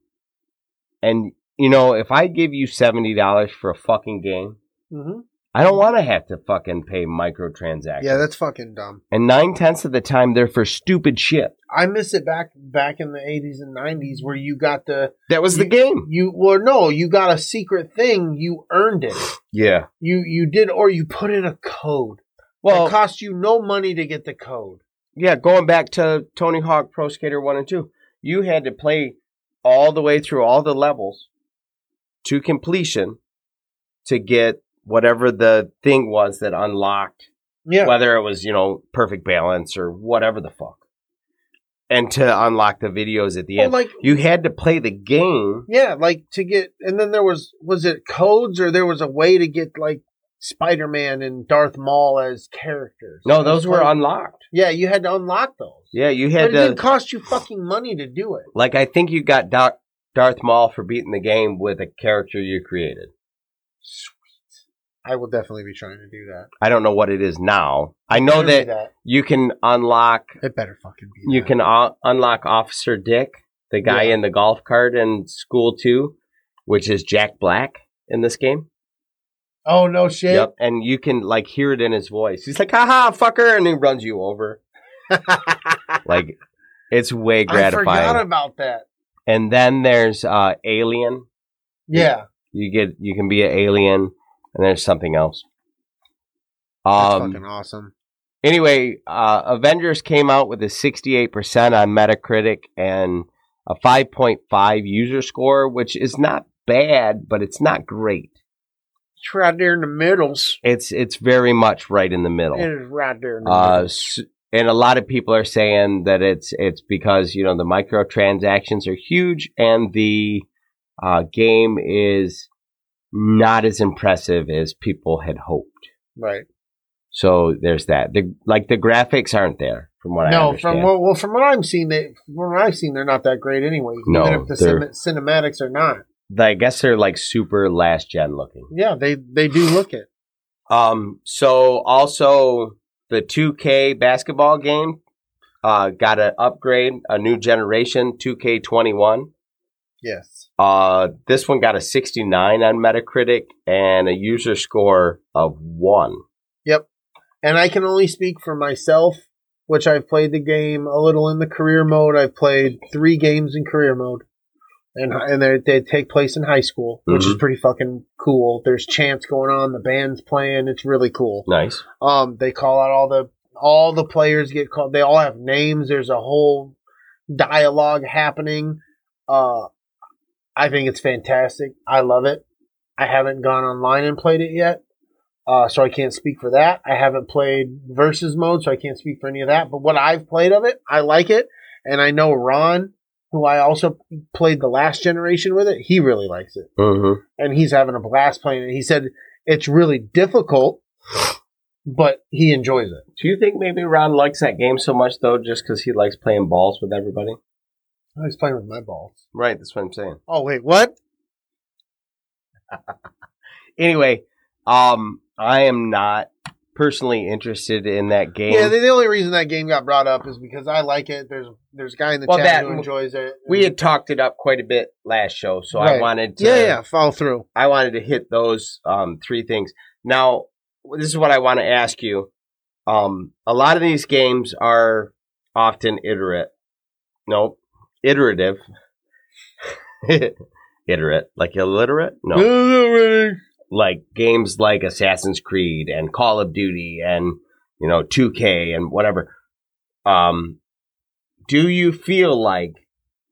C: and you know, if I give you seventy dollars for a fucking game,
B: hmm
C: I don't want to have to fucking pay microtransactions.
B: Yeah, that's fucking dumb.
C: and nine tenths of the time they're for stupid shit.
B: I miss it back back in the 80s and 90s where you got the
C: That was the game.
B: you well no, you got a secret thing, you earned it.
C: Yeah.
B: You you did or you put in a code. Well,
C: Well,
B: it cost you no money to get the code.
C: yeah, going back to Tony Hawk Pro Skater 1 and 2, you had to play all the way through all the levels to completion to get whatever the thing was that unlocked,
B: Yeah.
C: whether it was, you know, perfect balance or whatever the fuck. And to unlock the videos at the
B: Well,
C: end,
B: like
C: you had to play the game.
B: yeah, like to get and then there was was it codes or there was a way to get like Spider-Man and Darth Maul as characters.
C: No, those were
B: on.
C: unlocked.
B: Yeah, you had to unlock those.
C: Yeah, you
B: But it
C: had
B: didn't
C: to.
B: cost you fucking money to do it.
C: Like, I think you got Doc, Darth Maul for beating the game with a character you created.
B: I will definitely be trying to do that.
C: I don't know what it is now. I know
B: Better be
C: that you can unlock
B: It better fucking be
C: you
B: that.
C: can o- unlock officer dick the guy
B: Yeah.
C: in the golf cart in school 2 which is jack black in this game
B: Oh no shit.
C: yep and you can like hear it in his voice he's like haha fucker and he runs you over like it's way
B: I forgot
C: gratifying
B: about that.
C: and then there's uh alien
B: Yeah.
C: you get you can be an alien and there's something else
B: That's
C: um
B: fucking awesome.
C: anyway, uh, Avengers came out with a 68% on Metacritic and a 5.5 user score, which is not bad, but it's not great.
B: It's right there in the middles.
C: It's it's very much right in the
B: It
C: middle.
B: is right there in the
C: Uh,
B: middles.
C: s- and a lot of people are saying that it's it's because you know the microtransactions are huge and the uh, game is not as impressive as people had hoped.
B: Right.
C: So there's that. The like the graphics aren't there from what I
B: No,
C: understand.
B: from well, well, from what I'm seeing, they from what I've seen, they're not that great anyway.
C: No,
B: even if the
C: they're-
B: cin- cinematics are not.
C: I guess they're like super last gen looking.
B: Yeah, they they do look it.
C: Um, so also the 2K basketball game uh, got an upgrade, a new generation 2K21.
B: Yes.
C: Uh, this one got a 69 on Metacritic and a user score of one.
B: and I can only speak for myself, which I've played the game a little in the career mode. I've played three games in career mode, and and they they take place in high school, which
C: Mm-hmm.
B: is pretty fucking cool. There's chants going on, the band's playing, it's really cool.
C: Nice.
B: Um, they call out all the all the players get called. They all have names. There's a whole dialogue happening. Uh, I think it's fantastic. I love it. I haven't gone online and played it yet, uh, so I can't speak for that. I haven't played versus mode, so I can't speak for any of that. But what I've played of it, I like it, and I know Ron, who I also played the last generation with it, he really likes it
C: Mm-hmm.
B: and he's having a blast playing it. He said it's really difficult, but he enjoys it.
C: Do you think maybe Ron likes that game so much though, just because he likes playing balls with everybody?
B: Oh, He's playing with my balls.
C: Right. That's what I'm saying.
B: Oh wait, what?
C: Anyway, um, I am not personally interested in that game.
B: Yeah, the, the only reason that game got brought up is because I like it. There's there's a guy in the
C: Well,
B: chat
C: that-
B: who enjoys it.
C: we had talked it up quite a bit last show, so I
B: Mm-hmm. Right.
C: wanted to
B: yeah yeah follow through.
C: I wanted to hit those um, three things. Now, this is what I want to ask you. Um, a lot of these games are often iterate. Nope, iterative. iterate, like illiterate. No, like games like Assassin's Creed and Call of Duty and you know 2K and whatever. Um, do you feel like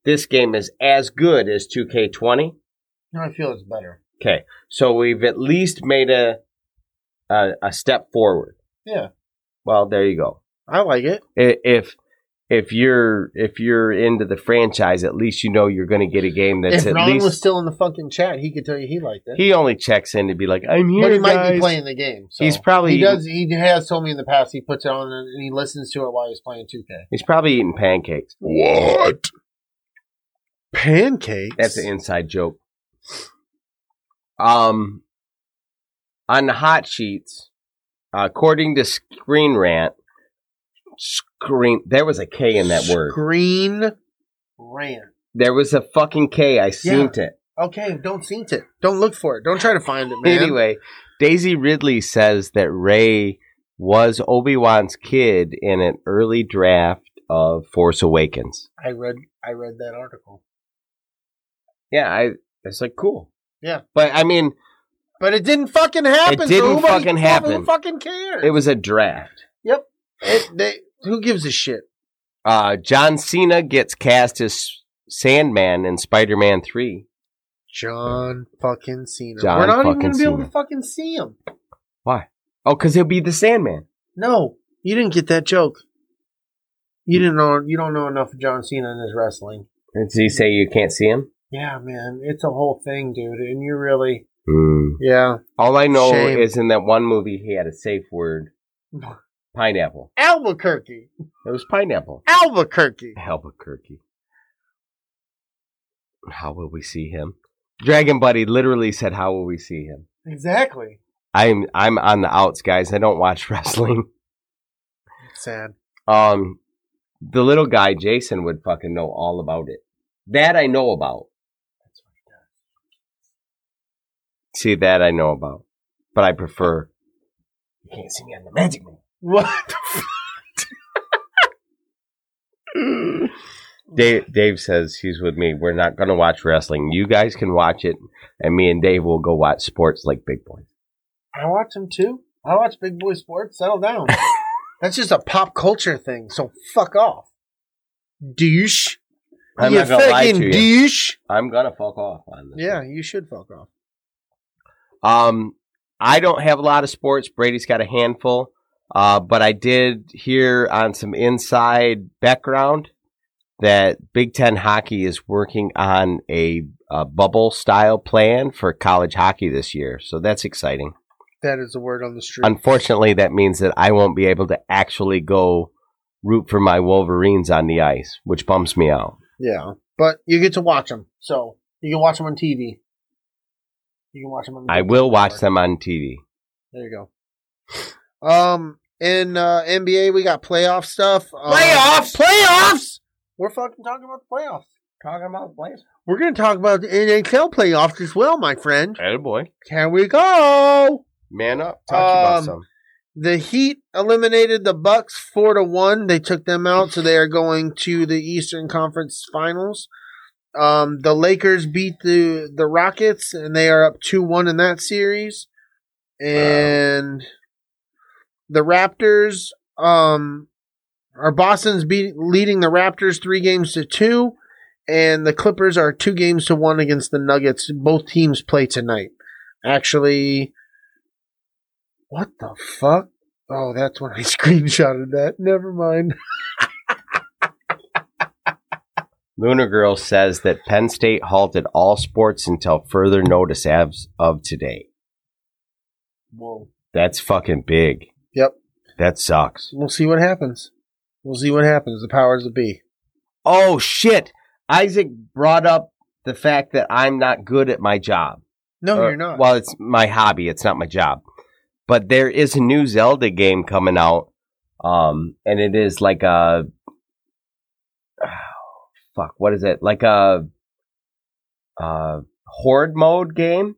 C: this game is as good as 2K20?
B: No, I feel it's better.
C: Okay, so we've at least made a, a a step forward.
B: Yeah,
C: Well, there you go.
B: I like it.
C: I- If if you're if you're into the franchise, at least you know you're going to get a game that's
B: if
C: at
B: Ron
C: least.
B: was still in the fucking chat, he could tell you he liked it.
C: he only checks in to be like, I'm here,
B: but he might be
C: guys."
B: playing the game. so.
C: He's probably
B: he does. He has told me in the past he puts it on and he listens to it while he's playing 2K.
C: He's probably eating pancakes.
B: What? Pancakes.
C: That's an inside joke. Um, on the hot sheets, according to Screen Rant, screen there was a K in that word.
B: Green rant.
C: There was a fucking K. I seen it.
B: Okay, don't seint it. Don't look for it. Don't try to find it, man.
C: Anyway, Daisy Ridley says that Ray was Obi Wan's kid in an early draft of Force Awakens.
B: I read. I read that article,
C: Yeah, I. It's like cool.
B: Yeah.
C: but I mean,
B: but it didn't fucking happen.
C: didn't
B: so nobody
C: fucking happen.
B: Fucking cares.
C: it was a draft.
B: It- they- who gives a shit?
C: Uh, John Cena gets cast as Sandman in Spider Man 3.
B: John fucking Cena.
C: John
B: We're not even
C: fucking
B: gonna be able to
C: Cena.
B: fucking see him.
C: Oh, because he'll be the Sandman.
B: No, you didn't get that joke. You didn't know. You don't know enough of John Cena and his wrestling.
C: Did he say you can't see him?
B: Yeah, man, it's a whole thing, dude. And you really, Hmm. yeah,
C: All I know
B: Shame.
C: is in that one movie he had a safe word pineapple.
B: Albuquerque,
C: It was pineapple.
B: Albuquerque.
C: Albuquerque. How will we see him? Dragon Buddy literally said, How will we see him?
B: Exactly.
C: I'm I'm on the outs, guys. I don't watch wrestling.
B: Sad.
C: Um, the little guy Jason would fucking know all about it. That I know about. See, that I know about, but I prefer. You can't see me on the magic man.
B: What? the f-
C: Dave, Dave says he's with me. We're not gonna watch wrestling. You guys can watch it, and me and Dave will go watch sports like big boys.
B: I watch him too. I watch Big Boy Sports. Settle down. That's just a pop culture thing. So fuck off, douche.
C: I'm not gonna lie
B: fucking
C: to you.
B: douche.
C: I'm gonna fuck off on this.
B: Yeah, you should fuck off.
C: Um, I don't have a lot of sports. Brady's got a handful. Uh, but I did hear on some inside background that Big Ten hockey is working on a, a bubble style plan for college hockey this year. So that's exciting.
B: That is the word on the street.
C: Unfortunately, that means that I won't be able to actually go root for my Wolverines on the ice, which bumps me out.
B: Yeah, but you get to watch them, so you can watch them on TV. You can watch them on. The
C: I will watch them on TV.
B: There you go. Um, in uh, NBA, we got playoff stuff. Um,
C: Playoffs?
B: playoffs. We're fucking talking about the playoffs. Talking about the playoffs. We're gonna talk about the NHL playoffs as well, my friend.
C: Oh boy.
B: Here we go.
C: Man up. Talk
B: Um,
C: about some.
B: The Heat eliminated the Bucks four to one. They took them out, so they are going to the Eastern Conference Finals. Um, the Lakers beat the the Rockets, and they are up two one in that series. And the Raptors, um, are Boston's beat, leading the Raptors three games to two, and the Clippers are two games to one against the Nuggets. Both teams play tonight. Actually, what the fuck? Oh, that's when I screenshotted that. Never mind.
C: Lunar Girl says that Penn State halted all sports until further notice as of today.
B: Whoa.
C: That's fucking big.
B: Yep.
C: That sucks.
B: We'll see what happens. We'll see what happens. The powers that be.
C: Oh shit. Isaac brought up the fact that I'm not good at my job.
B: No,
C: Or-
B: you're not.
C: Uh, Well, it's my hobby, it's not my job. But there is a new Zelda game coming out. Um, and it is like a fuck, what is it? Like a uh horde mode game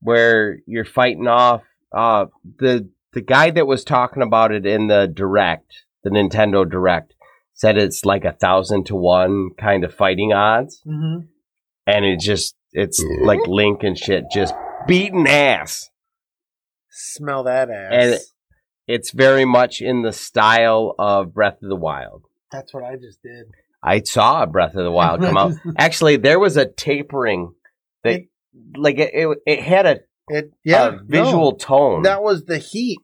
C: where you're fighting off uh the the guy that was talking about it in the direct, the Nintendo Direct, said it's like a thousand to one kind of fighting odds
B: mm-hmm.
C: and it just it's like Link and shit just beating ass.
B: Smell that ass.
C: And it- It's very much in the style of Breath of the Wild.
B: that's what I just did.
C: I saw Breath of the Wild come out. Actually, there was a tapering that
B: It-
C: like it, it it had a,
B: It yeah.
C: a Uh, visual
B: no.
C: tone.
B: That was the heat.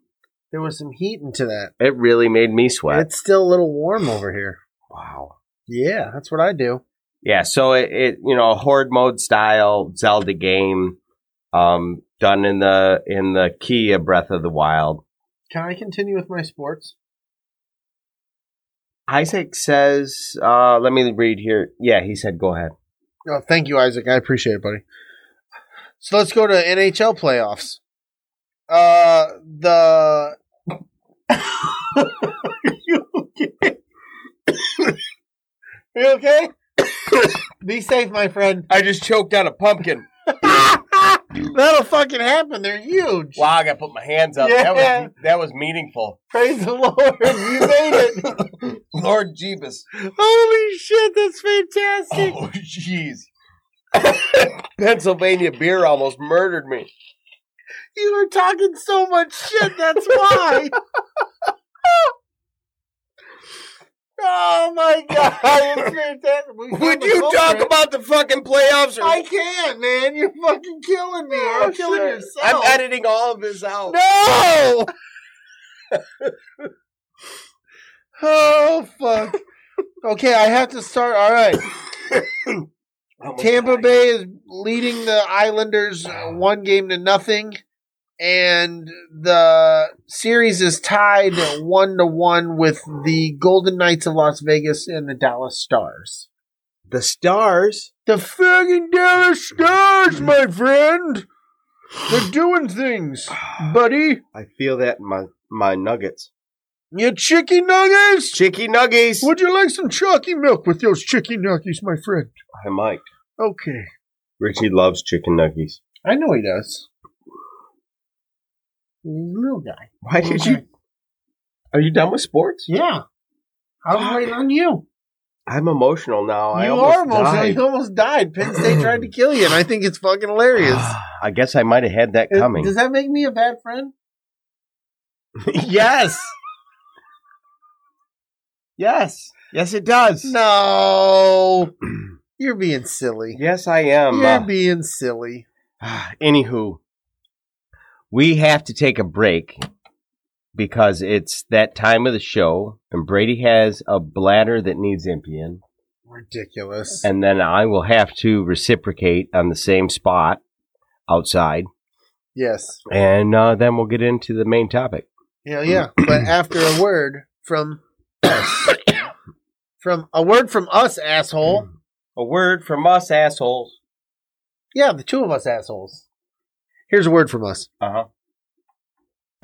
B: There was some heat into that.
C: It really made me sweat.
B: It's still a little warm over here.
C: wow.
B: Yeah, that's what I do.
C: Yeah, so it, it you know horde mode style Zelda game, um, done in the in the key of Breath of the Wild.
B: Can I continue with my sports?
C: Isaac says, uh, "Let me read here." Yeah, he said, "Go ahead."
B: Oh, thank you, Isaac. I appreciate it, buddy. So let's go to NHL playoffs. Uh, the. you okay? you okay? Be safe, my friend.
C: I just choked on a pumpkin.
B: That'll fucking happen. They're huge.
C: Wow, I got to put my hands up. That was that was meaningful.
B: Praise the Lord. You made it.
C: Lord Jeebus.
B: Holy shit, that's fantastic.
C: Oh, jeez. Pennsylvania beer almost murdered me.
B: You were talking so much shit, that's why. oh my god, it's fantastic. We found
C: Would
B: the
C: you
B: culprit.
C: talk about the fucking playoffs? Or-
B: I can't, man. You're fucking killing me. You're killing
C: Sure.
B: yourself.
C: I'm editing all of this out.
B: No! oh, fuck. Okay, I have to start. All right.
C: Almost
B: Tampa
C: died.
B: Bay is leading the Islanders uh, one game to nothing, and the series is tied one to one with the Golden Knights of Las Vegas and the Dallas Stars.
C: The stars.
B: The fucking Dallas Stars, my friend. They're doing things, buddy.
C: I feel that in my my nuggets.
B: Your chicken nuggets.
C: Chicky nuggies.
B: Would you like some chalky milk with those chicken nuggets, my friend?
C: I might.
B: Okay.
C: Richie loves chicken nuggies.
B: I know he does. Little guy.
C: Why did you?
B: Okay.
C: Are you done with sports?
B: Yeah. I was waiting on you.
C: I'm emotional now. Oh, I
B: you
C: almost
B: are almost
C: died.
B: you almost died. Penn State tried to kill you, and I think it's fucking hilarious.
C: I guess I might have had that
B: Is-
C: Ah, coming.
B: Does that make me a bad friend?
C: yes. Yes. Yes, it does.
B: No. You're being silly.
C: Yes, I am.
B: You're
C: Uh,
B: being silly.
C: anywho, we have to take a break because it's that time of the show, and Brady has a bladder that needs emptying,
B: Ridiculous.
C: and then I will have to reciprocate on the same spot outside,
B: yes.
C: and uh, then we'll get into the main topic.
B: Hell yeah. but after a word from us. from a word from us,
C: Mm.
B: asshole.
C: A word from us assholes.
B: Yeah, the two of us assholes. Here's a word from us.
C: Uh huh.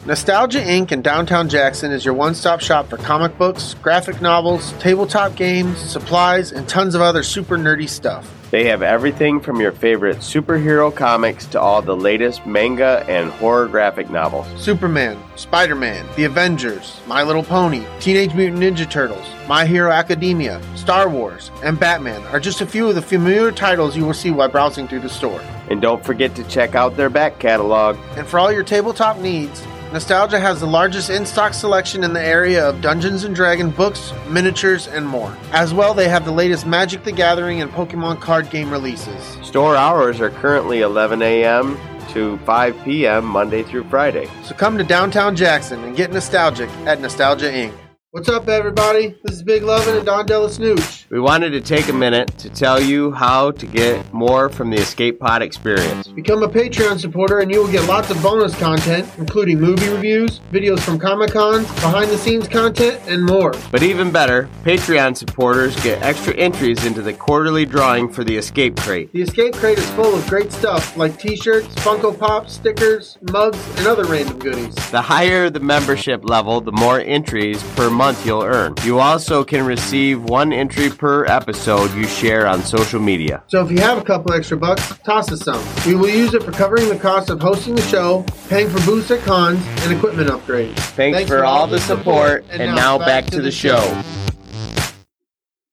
B: Nostalgia Inc. in downtown Jackson is your one stop shop for comic books, graphic novels, tabletop games, supplies, and tons of other super nerdy stuff.
C: They have everything from your favorite superhero comics to all the latest manga and horror graphic novels.
B: Superman, Spider Man, The Avengers, My Little Pony, Teenage Mutant Ninja Turtles, My Hero Academia, Star Wars, and Batman are just a few of the familiar titles you will see while browsing through the store.
C: And don't forget to check out their back catalog.
B: And for all your tabletop needs, Nostalgia has the largest in-stock selection in the area of Dungeons and Dragon books, miniatures, and more. As well, they have the latest Magic the Gathering and Pokemon card game releases.
C: Store hours are currently 11 a.m. to 5 p.m. Monday through Friday.
B: So come to downtown Jackson and get nostalgic at Nostalgia Inc. What's up, everybody? This is Big Lovin' and Don Della Snooch.
C: We wanted to take a minute to tell you how to get more from the Escape Pod experience.
B: Become a Patreon supporter and you will get lots of bonus content, including movie reviews, videos from Comic Cons, behind the scenes content, and more.
C: But even better, Patreon supporters get extra entries into the quarterly drawing for the Escape Crate.
B: The escape crate is full of great stuff like t shirts, Funko Pops, stickers, mugs, and other random goodies.
C: The higher the membership level, the more entries per month you'll earn. You also can receive one entry per episode you share on social media.
B: So if you have a couple extra bucks, toss us some. We will use it for covering the cost of hosting the show, paying for booths at cons, and equipment upgrades.
C: Thanks, for, all the support, and, now, back, to the show.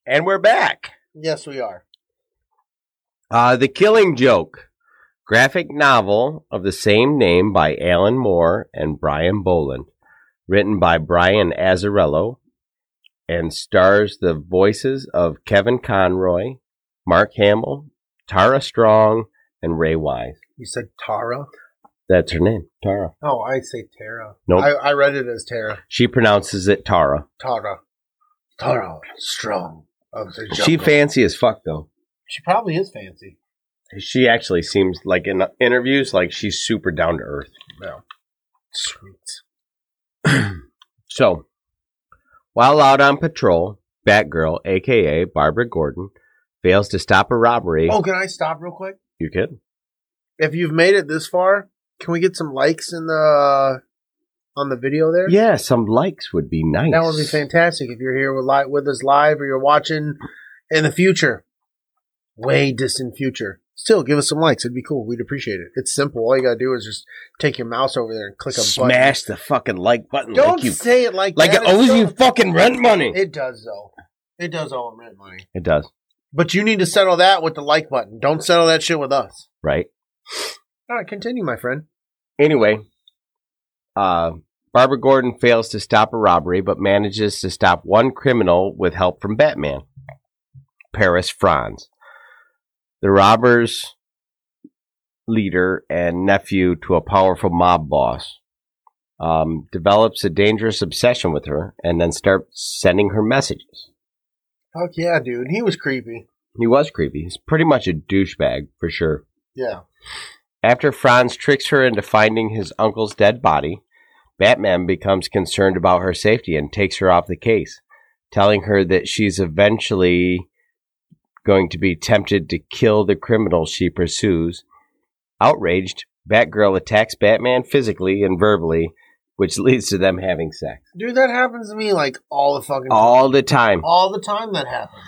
C: And we're back.
B: Yes, we are.
C: Uh, the Killing Joke, graphic novel of the same name by Alan Moore and Brian Boland, written by Brian Azzarello, and stars the voices of Kevin Conroy, Mark Hamill, Tara Strong, and Ray Wise.
B: You said Tara?
C: That's her name, Tara.
B: Oh, I say Tara.
C: Nope.
B: I, I read it as Tara.
C: She pronounces it Tara.
B: Tara. Tara, strong of the jungle.
C: She fancy as fuck though.
B: She probably is fancy.
C: She actually seems like in interviews like she's super down to earth.
B: No. Sweet.
C: So, while out on patrol, Batgirl, aka Barbara Gordon, fails to stop a robbery.
B: Oh, can I stop real quick?
C: You kid?
B: If you've made it this far, can we get some likes in the uh, on the video there?
C: Yeah, some likes would be nice.
B: That would be fantastic if you're here with, li- with us live or you're watching in the future, way distant future. Still, give us some likes. It'd be cool. We'd appreciate it. It's simple. All you gotta do is just take your mouse over there and click a button.
C: Smash the fucking like button.
B: Don't
C: like you,
B: say it like
C: like it
B: that.
C: owes
B: so-
C: you fucking rent money.
B: It does though. It does owe him rent money.
C: It does,
B: But you need to settle that with the like button. Don't settle that shit with us.
C: right?
B: All right, continue, my friend.
C: Anyway, uh, Barbara Gordon fails to stop a robbery, but manages to stop one criminal with help from Batman, Paris Franz. The robber's leader and nephew to a powerful mob boss um, develops a dangerous obsession with her and then starts sending her messages.
B: Fuck yeah, dude. He was creepy.
C: He was creepy. He's pretty much a douchebag for sure.
B: Yeah.
C: After Franz tricks her into finding his uncle's dead body, Batman becomes concerned about her safety and takes her off the case, telling her that she's eventually going to be tempted to kill the criminal she pursues. Outraged, Batgirl attacks Batman physically and verbally, which leads to them having sex.
B: Dude, that happens to me like all the fucking
C: All the time.
B: all the time that happens.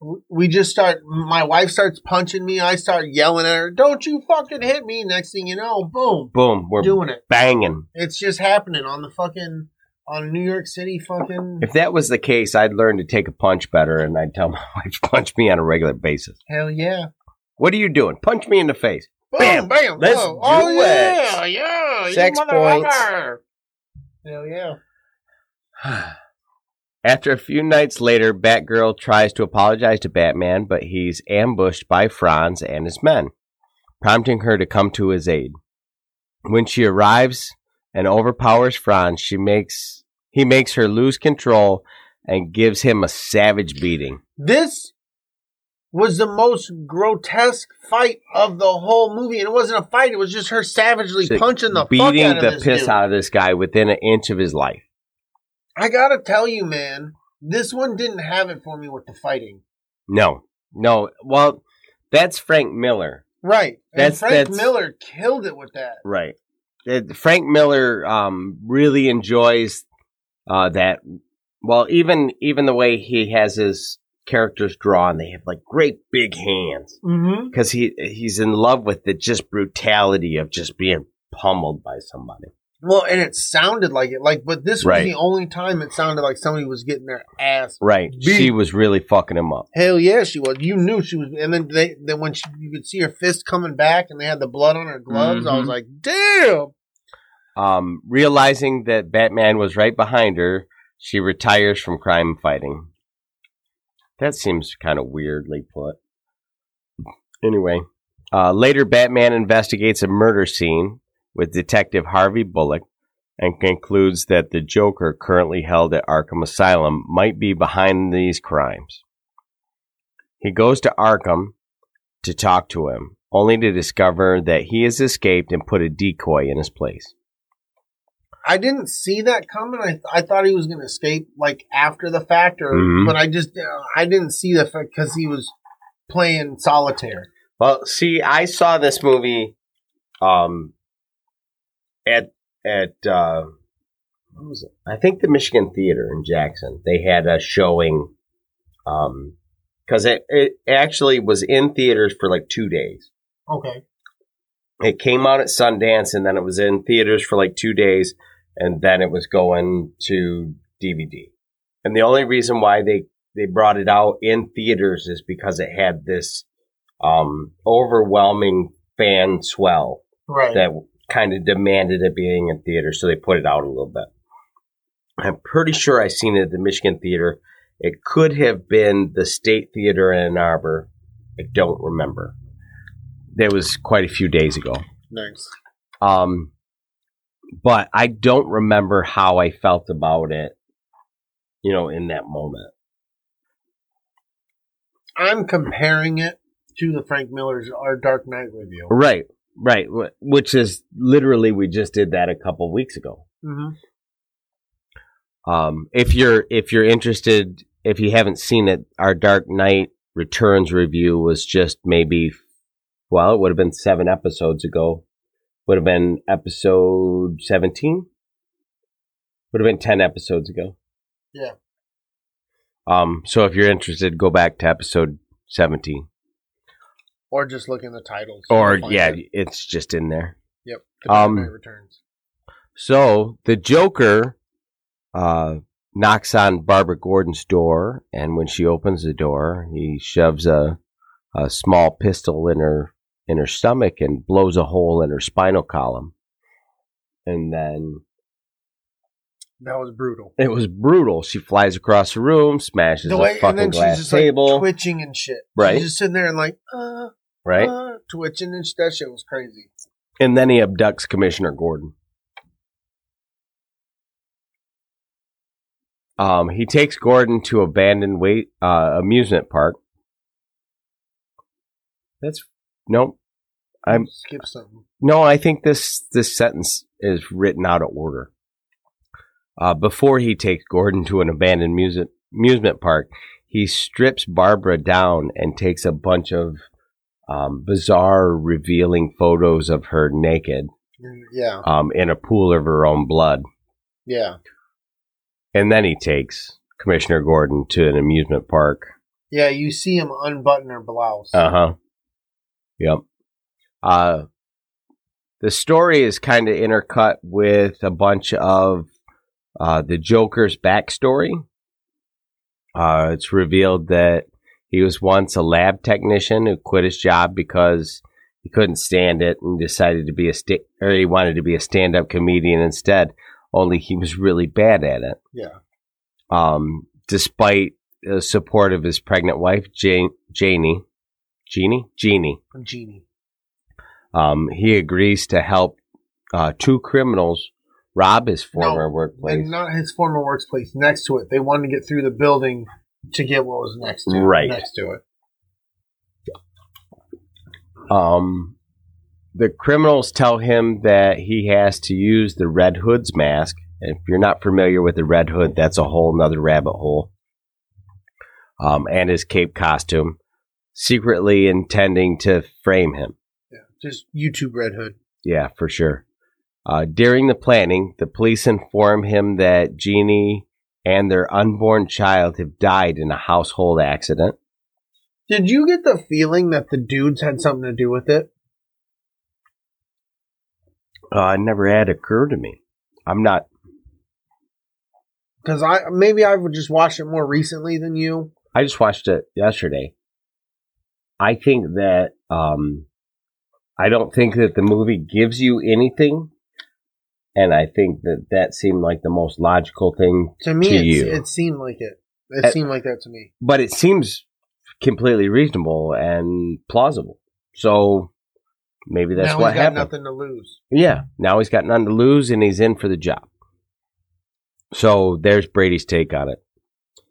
B: W- We just start my wife starts punching me, I start yelling at her, "Don't you fucking hit me." Next thing you know, boom,
C: Boom, we're
B: doing it.
C: banging.
B: It's just happening on the fucking on New York City fucking
C: If that was the case, I'd learn to take a punch better and I'd tell my wife to punch me on a regular basis.
B: hell yeah.
C: What are you doing? Punch me in the face.
B: Boom,
C: Bam,
B: bam,
C: let's
B: whoa. Oh
C: do
B: yeah, yeah. you
C: Sex
B: motherfucker. Hell yeah.
C: After a few nights later, Batgirl tries to apologize to Batman, but he's ambushed by Franz and his men, prompting her to come to his aid. When she arrives and overpowers Franz, she makes he makes her lose control and gives him a savage beating.
B: This was the most grotesque fight of the whole movie, and it wasn't a fight. It was just her savagely
C: She's
B: punching the fuck
C: beating
B: out of
C: the
B: this
C: piss
B: dude.
C: out of this guy within an inch of his life.
B: I gotta tell you, man, this one didn't have it for me with the fighting.
C: No. No. Well, that's Frank Miller.
B: Right. And
C: That's-
B: Frank
C: that's-
B: Miller killed it with that.
C: Right. It- Frank Miller um, really enjoys uh, that. Well, even even the way he has his characters drawn, they have like great big hands
B: Mm-hmm.
C: because he he's in love with the just brutality of just being pummeled by somebody.
B: Well, and it sounded like it. Like, but this was
C: Right.
B: the only time it sounded like somebody was getting their ass.
C: Right. She
B: Beat.
C: was really fucking him up.
B: Hell yeah, she was. You knew she was. And then they, then when she, you could see her fist coming back, and they had the blood on her gloves, I was
C: Mhm.
B: like, damn.
C: Um, realizing that Batman was right behind her, she retires from crime fighting. That seems kind of weirdly put. Anyway, uh, later Batman investigates a murder scene with Detective Harvey Bullock and concludes that the Joker currently held at Arkham Asylum might be behind these crimes. He goes to Arkham to talk to him, only to discover that he has escaped and put a decoy in his place.
B: I didn't see that coming. I I thought he was going to escape like after the fact, or
C: Mhm.
B: but I just uh, I didn't see the fact because he was playing solitaire.
C: Well, see, I saw this movie um at at uh what was it? I think the Michigan Theater in Jackson. They had a showing um cuz it it actually was in theaters for like 2 days.
B: Okay,
C: It came out at Sundance and then it was in theaters for like 2 days and then it was going to DVD. And the only reason why they they brought it out in theaters is because it had this um, overwhelming fan swell
B: right.
C: that kind of demanded it being in theaters, so they put it out a little bit. I'm pretty sure I seen it at the Michigan Theater. It could have been the State Theater in Ann Arbor. I don't remember. That was quite a few days ago.
B: nice.
C: Um, but I don't remember how I felt about it, you know, in that moment.
B: I'm comparing it to the Frank Miller's Our Dark Knight review.
C: Right, right. wh- Which is literally we just did that a couple weeks ago.
B: Mm-hmm.
C: Um, if you're if you're interested, if you haven't seen it, our Dark Knight Returns review was just maybe, well, it would have been seven episodes ago. Would have been episode seventeen. Would have been ten episodes ago.
B: Yeah.
C: Um. So if you're interested, go back to episode seventeen,
B: Or just look in the titles.
C: or
B: You'll find
C: yeah,
B: it.
C: it's just in there.
B: Yep. The Dark
C: Um,
B: Knight Returns.
C: So the Joker uh, knocks on Barbara Gordon's door, and when she opens the door, he shoves a, a small pistol in her in her stomach and blows a hole in her spinal column. And then
B: That was brutal.
C: it was brutal. She flies across the room, smashes
B: The
C: a
B: way, and
C: fucking
B: then
C: glass
B: she's just
C: table,
B: like twitching and shit.
C: Right.
B: She's just sitting there and like, uh,
C: right?
B: uh, twitching and shit. That shit was crazy.
C: and then he abducts Commissioner Gordon. Um, he takes Gordon to abandoned wait uh, amusement park. That's nope. I'm-
B: Skip something.
C: No, I think this this sentence is written out of order. Uh, before he takes Gordon to an abandoned music, amusement park, he strips Barbara down and takes a bunch of um, bizarre, revealing photos of her naked
B: Yeah.
C: um, in a pool of her own blood.
B: Yeah.
C: And then he takes Commissioner Gordon to an amusement park.
B: Yeah. You see him unbutton her blouse.
C: Uh huh. Yep. Uh, the story is kind of intercut with a bunch of uh, the Joker's backstory. Uh, it's revealed that he was once a lab technician who quit his job because he couldn't stand it and decided to be a sta- or he wanted to be a stand-up comedian instead. Only he was really bad at it.
B: Yeah.
C: Um, despite the support of his pregnant wife, Jane, Janie, Jeannie, Jeannie,
B: Genie.
C: um, he agrees to help uh, two criminals rob his former
B: And
C: workplace.
B: not his former workplace. Next to it, they wanted to get through the building to get what was next to it.
C: Right.
B: Next to it.
C: Um, the criminals tell him that he has to use the Red Hood's mask. If you're not familiar with the Red Hood, that's a whole nother rabbit hole. Um, and his cape costume, secretly intending to frame him.
B: Yeah. Just YouTube Red Hood.
C: Yeah, for sure. Uh, during the planning, the police inform him that Jeannie and their unborn child have died in a household accident.
B: Did you get the feeling that the dudes had something to do with it?
C: Uh, it never had occurred to me. I'm not.
B: Because I maybe I've just watched it more recently than you.
C: I just watched it yesterday. I think that um, I don't think that the movie gives you anything, and I think that that seemed like the most logical thing.
B: To me,
C: To
B: it's,
C: you.
B: it seemed like it. It
C: Uh,
B: seemed like that to me.
C: But it seems completely reasonable and plausible. So maybe that's
B: now
C: what
B: he's got
C: happened.
B: nothing to lose.
C: Yeah. Now he's got none to lose and he's in for the job. So there's Brady's take on it.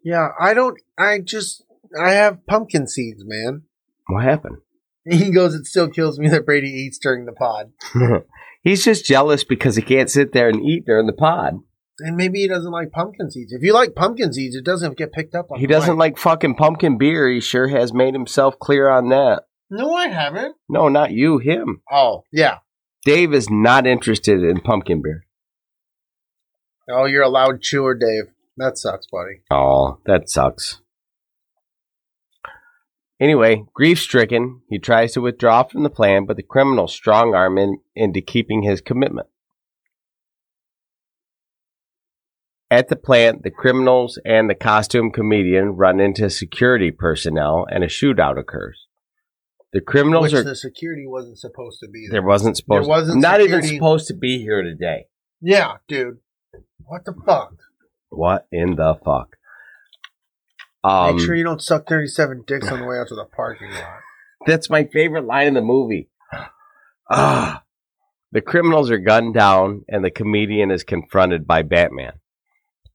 B: Yeah, I don't. I just I have pumpkin seeds, man.
C: What happened?
B: He goes, it still kills me that Brady eats during the pod,
C: he's just jealous because he can't sit there and eat during the pod.
B: and maybe he doesn't like pumpkin seeds. If you like pumpkin seeds, it doesn't get picked up on.
C: He
B: the
C: doesn't
B: mic.
C: like fucking pumpkin beer. He sure has made himself clear on that.
B: No, I haven't.
C: No, not you, him.
B: Oh, yeah.
C: Dave is not interested in pumpkin beer.
B: Oh, you're a loud chewer, Dave. That sucks, buddy.
C: Oh, that sucks. Anyway, grief stricken, he tries to withdraw from the plan, but the criminals strong arm him into keeping his commitment. At the plant, the criminals and the costume comedian run into security personnel and a shootout occurs. The criminals
B: Which
C: are
B: the security wasn't supposed to be there.
C: there wasn't supposed
B: There wasn't
C: not even
B: security.
C: supposed to be here today.
B: Yeah, dude. What the fuck?
C: What in the fuck? Um,
B: Make sure you don't suck 37 dicks on the way out to the parking lot.
C: That's my favorite line in the movie. Ah, The criminals are gunned down, and the comedian is confronted by Batman.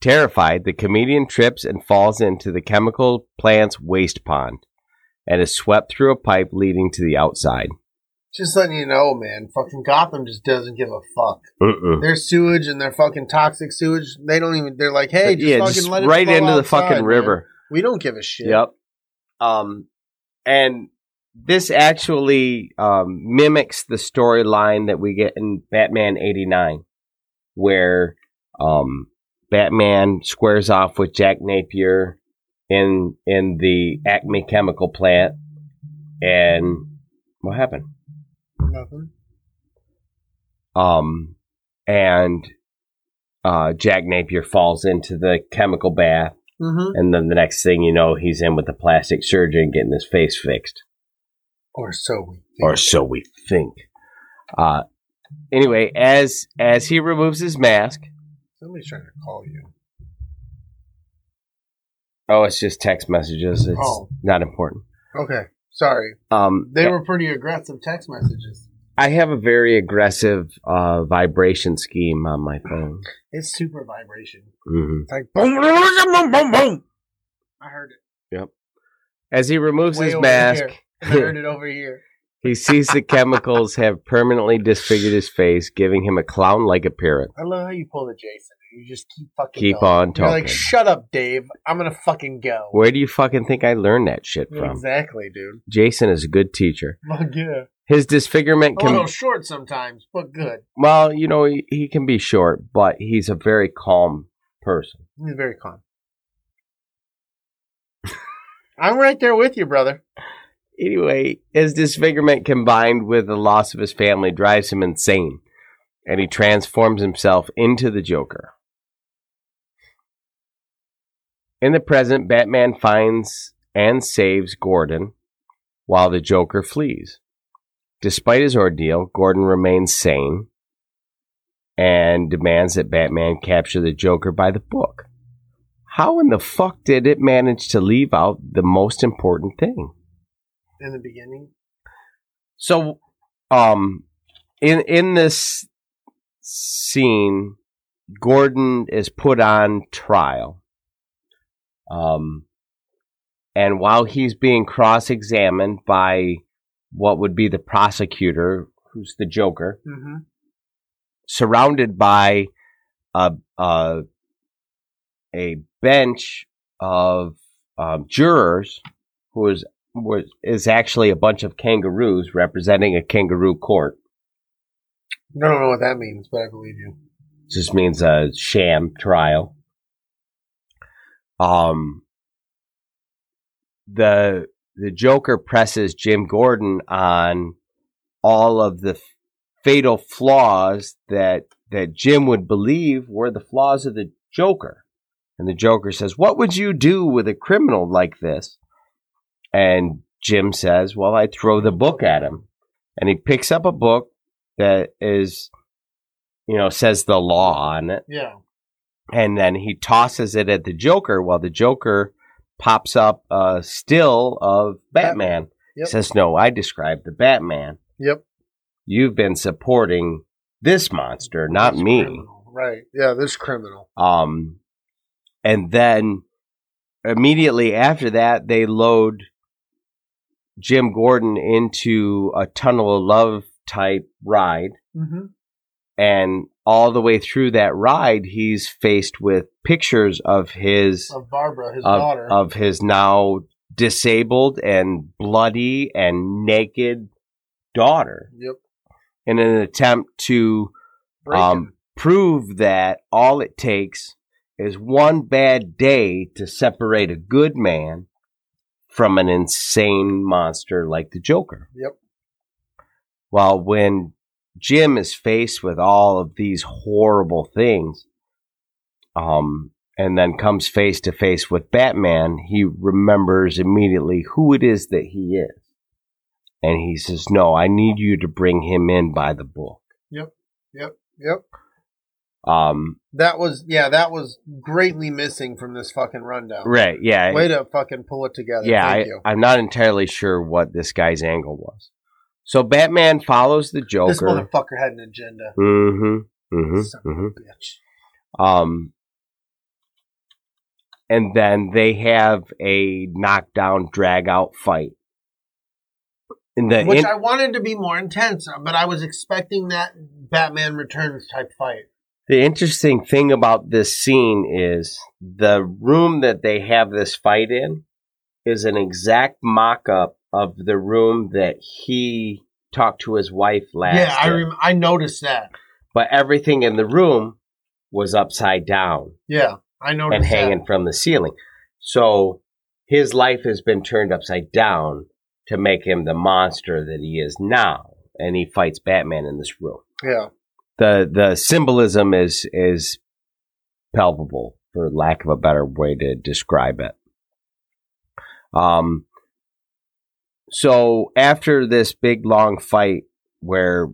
C: Terrified, the comedian trips and falls into the chemical plant's waste pond and is swept through a pipe leading to the outside.
B: Just letting you know, man. Fucking Gotham just doesn't give a fuck.
C: Mm-mm.
B: Their sewage and their fucking toxic sewage, they don't even. They're like, hey, just
C: yeah,
B: fucking
C: just
B: let it
C: right
B: flow
C: into the
B: outside,
C: fucking
B: man.
C: river.
B: We don't give a shit.
C: Yep. Um, and this actually um, mimics the storyline that we get in Batman '89, where um, Batman squares off with Jack Napier in in the Acme chemical plant, and what happened?
B: Nothing.
C: Um, and uh, Jack Napier falls into the chemical bath.
B: Mm-hmm.
C: And then the next thing you know, he's in with the plastic surgeon getting his face fixed.
B: Or so we.
C: Or so we think. Uh, anyway, as as he removes his mask,
B: Somebody's trying to call you.
C: oh, it's just text messages. It's
B: Oh.
C: not important.
B: Okay. Sorry.
C: Um,
B: They were pretty aggressive text messages.
C: I have a very aggressive uh, vibration scheme on my phone.
B: It's super vibration.
C: hmm
B: It's like boom, boom, boom, boom, boom. I heard it.
C: As he removes
B: Way
C: his
B: over
C: mask,
B: here. I heard it over here.
C: he sees the chemicals have permanently disfigured his face, giving him a clown-like appearance.
B: I love how you pull the Jason. You just keep fucking.
C: Keep
B: going.
C: on
B: You're
C: talking.
B: like, shut up, Dave. I'm gonna fucking go.
C: Where do you fucking think I learned that shit from?
B: Exactly, dude.
C: Jason is a good teacher.
B: Fuck yeah.
C: His disfigurement
B: A little
C: can
B: short sometimes, but good.
C: well, you know, he, he can be short, but he's a very calm person.
B: He's very calm. I'm right there with you, brother.
C: Anyway, his disfigurement combined with the loss of his family drives him insane, and he transforms himself into the Joker. In the present, Batman finds and saves Gordon while the Joker flees. Despite his ordeal, Gordon remains sane and demands that Batman capture the Joker by the book. How in the fuck did it manage to leave out the most important thing?
B: In the beginning,
C: So, um, in in this scene, Gordon is put on trial. Um, and while he's being cross examined by what would be the prosecutor, who's the Joker,
B: mm-hmm.
C: surrounded by a a, a bench of um, jurors who is was, is actually a bunch of kangaroos representing a kangaroo court.
B: I don't know what that means, but I believe you.
C: Just means a sham trial. Um, the the Joker presses Jim Gordon on all of the fatal flaws that that Jim would believe were the flaws of the Joker. And the Joker says, "What would you do with a criminal like this?" And Jim says, "Well, I throw the book at him." And he picks up a book that is you know, says the law on it
B: Yeah.
C: and then he tosses it at the Joker while the Joker pops up a still of Batman.
B: Yep.
C: Says, "No, I described the Batman.
B: Yep.
C: You've been supporting this monster, not
B: This
C: me."
B: criminal. Right. Yeah, this criminal.
C: Um, and then immediately after that, they load Jim Gordon into a tunnel of love type ride,
B: Mm-hmm.
C: and all the way through that ride, he's faced with pictures of his
B: Of Barbara, his
C: of,
B: daughter.
C: of his now disabled and bloody and naked daughter
B: yep.
C: in an attempt to
B: Break
C: Um,
B: him.
C: prove that all it takes is one bad day to separate a good man from an insane monster like the Joker.
B: Yep.
C: Well, when Jim is faced with all of these horrible things, um, and then comes face to face with Batman, he remembers immediately who it is that he is. And he says, No, I need you to bring him in by the book.
B: Yep.
C: Um,
B: That was yeah, that was greatly missing from this fucking rundown.
C: right, yeah.
B: Way to fucking pull it together.
C: yeah,
B: Thank
C: I,
B: you.
C: I'm not entirely sure what this guy's angle was. So Batman follows the
B: This
C: Joker.
B: motherfucker had an agenda.
C: Mm-hmm.
B: Son
C: Mm-hmm.
B: of a
C: Mm-hmm.
B: bitch.
C: Um, and then they have a knockdown, drag out fight. In the
B: Which
C: in-
B: I wanted to be more intense, but I was expecting that Batman Returns type fight.
C: The interesting thing about this scene is the room that they have this fight in is an exact mock up of the room that he talked to his wife last.
B: yeah, I
C: in.
B: rem- I noticed that.
C: But everything in the room was upside down
B: Yeah, I noticed
C: and hanging from the ceiling. So his life has been turned upside down to make him the monster that he is now. And he fights Batman in this room
B: that. Yeah.
C: the the symbolism is is palpable for lack of a better way to describe it um so after this big long fight where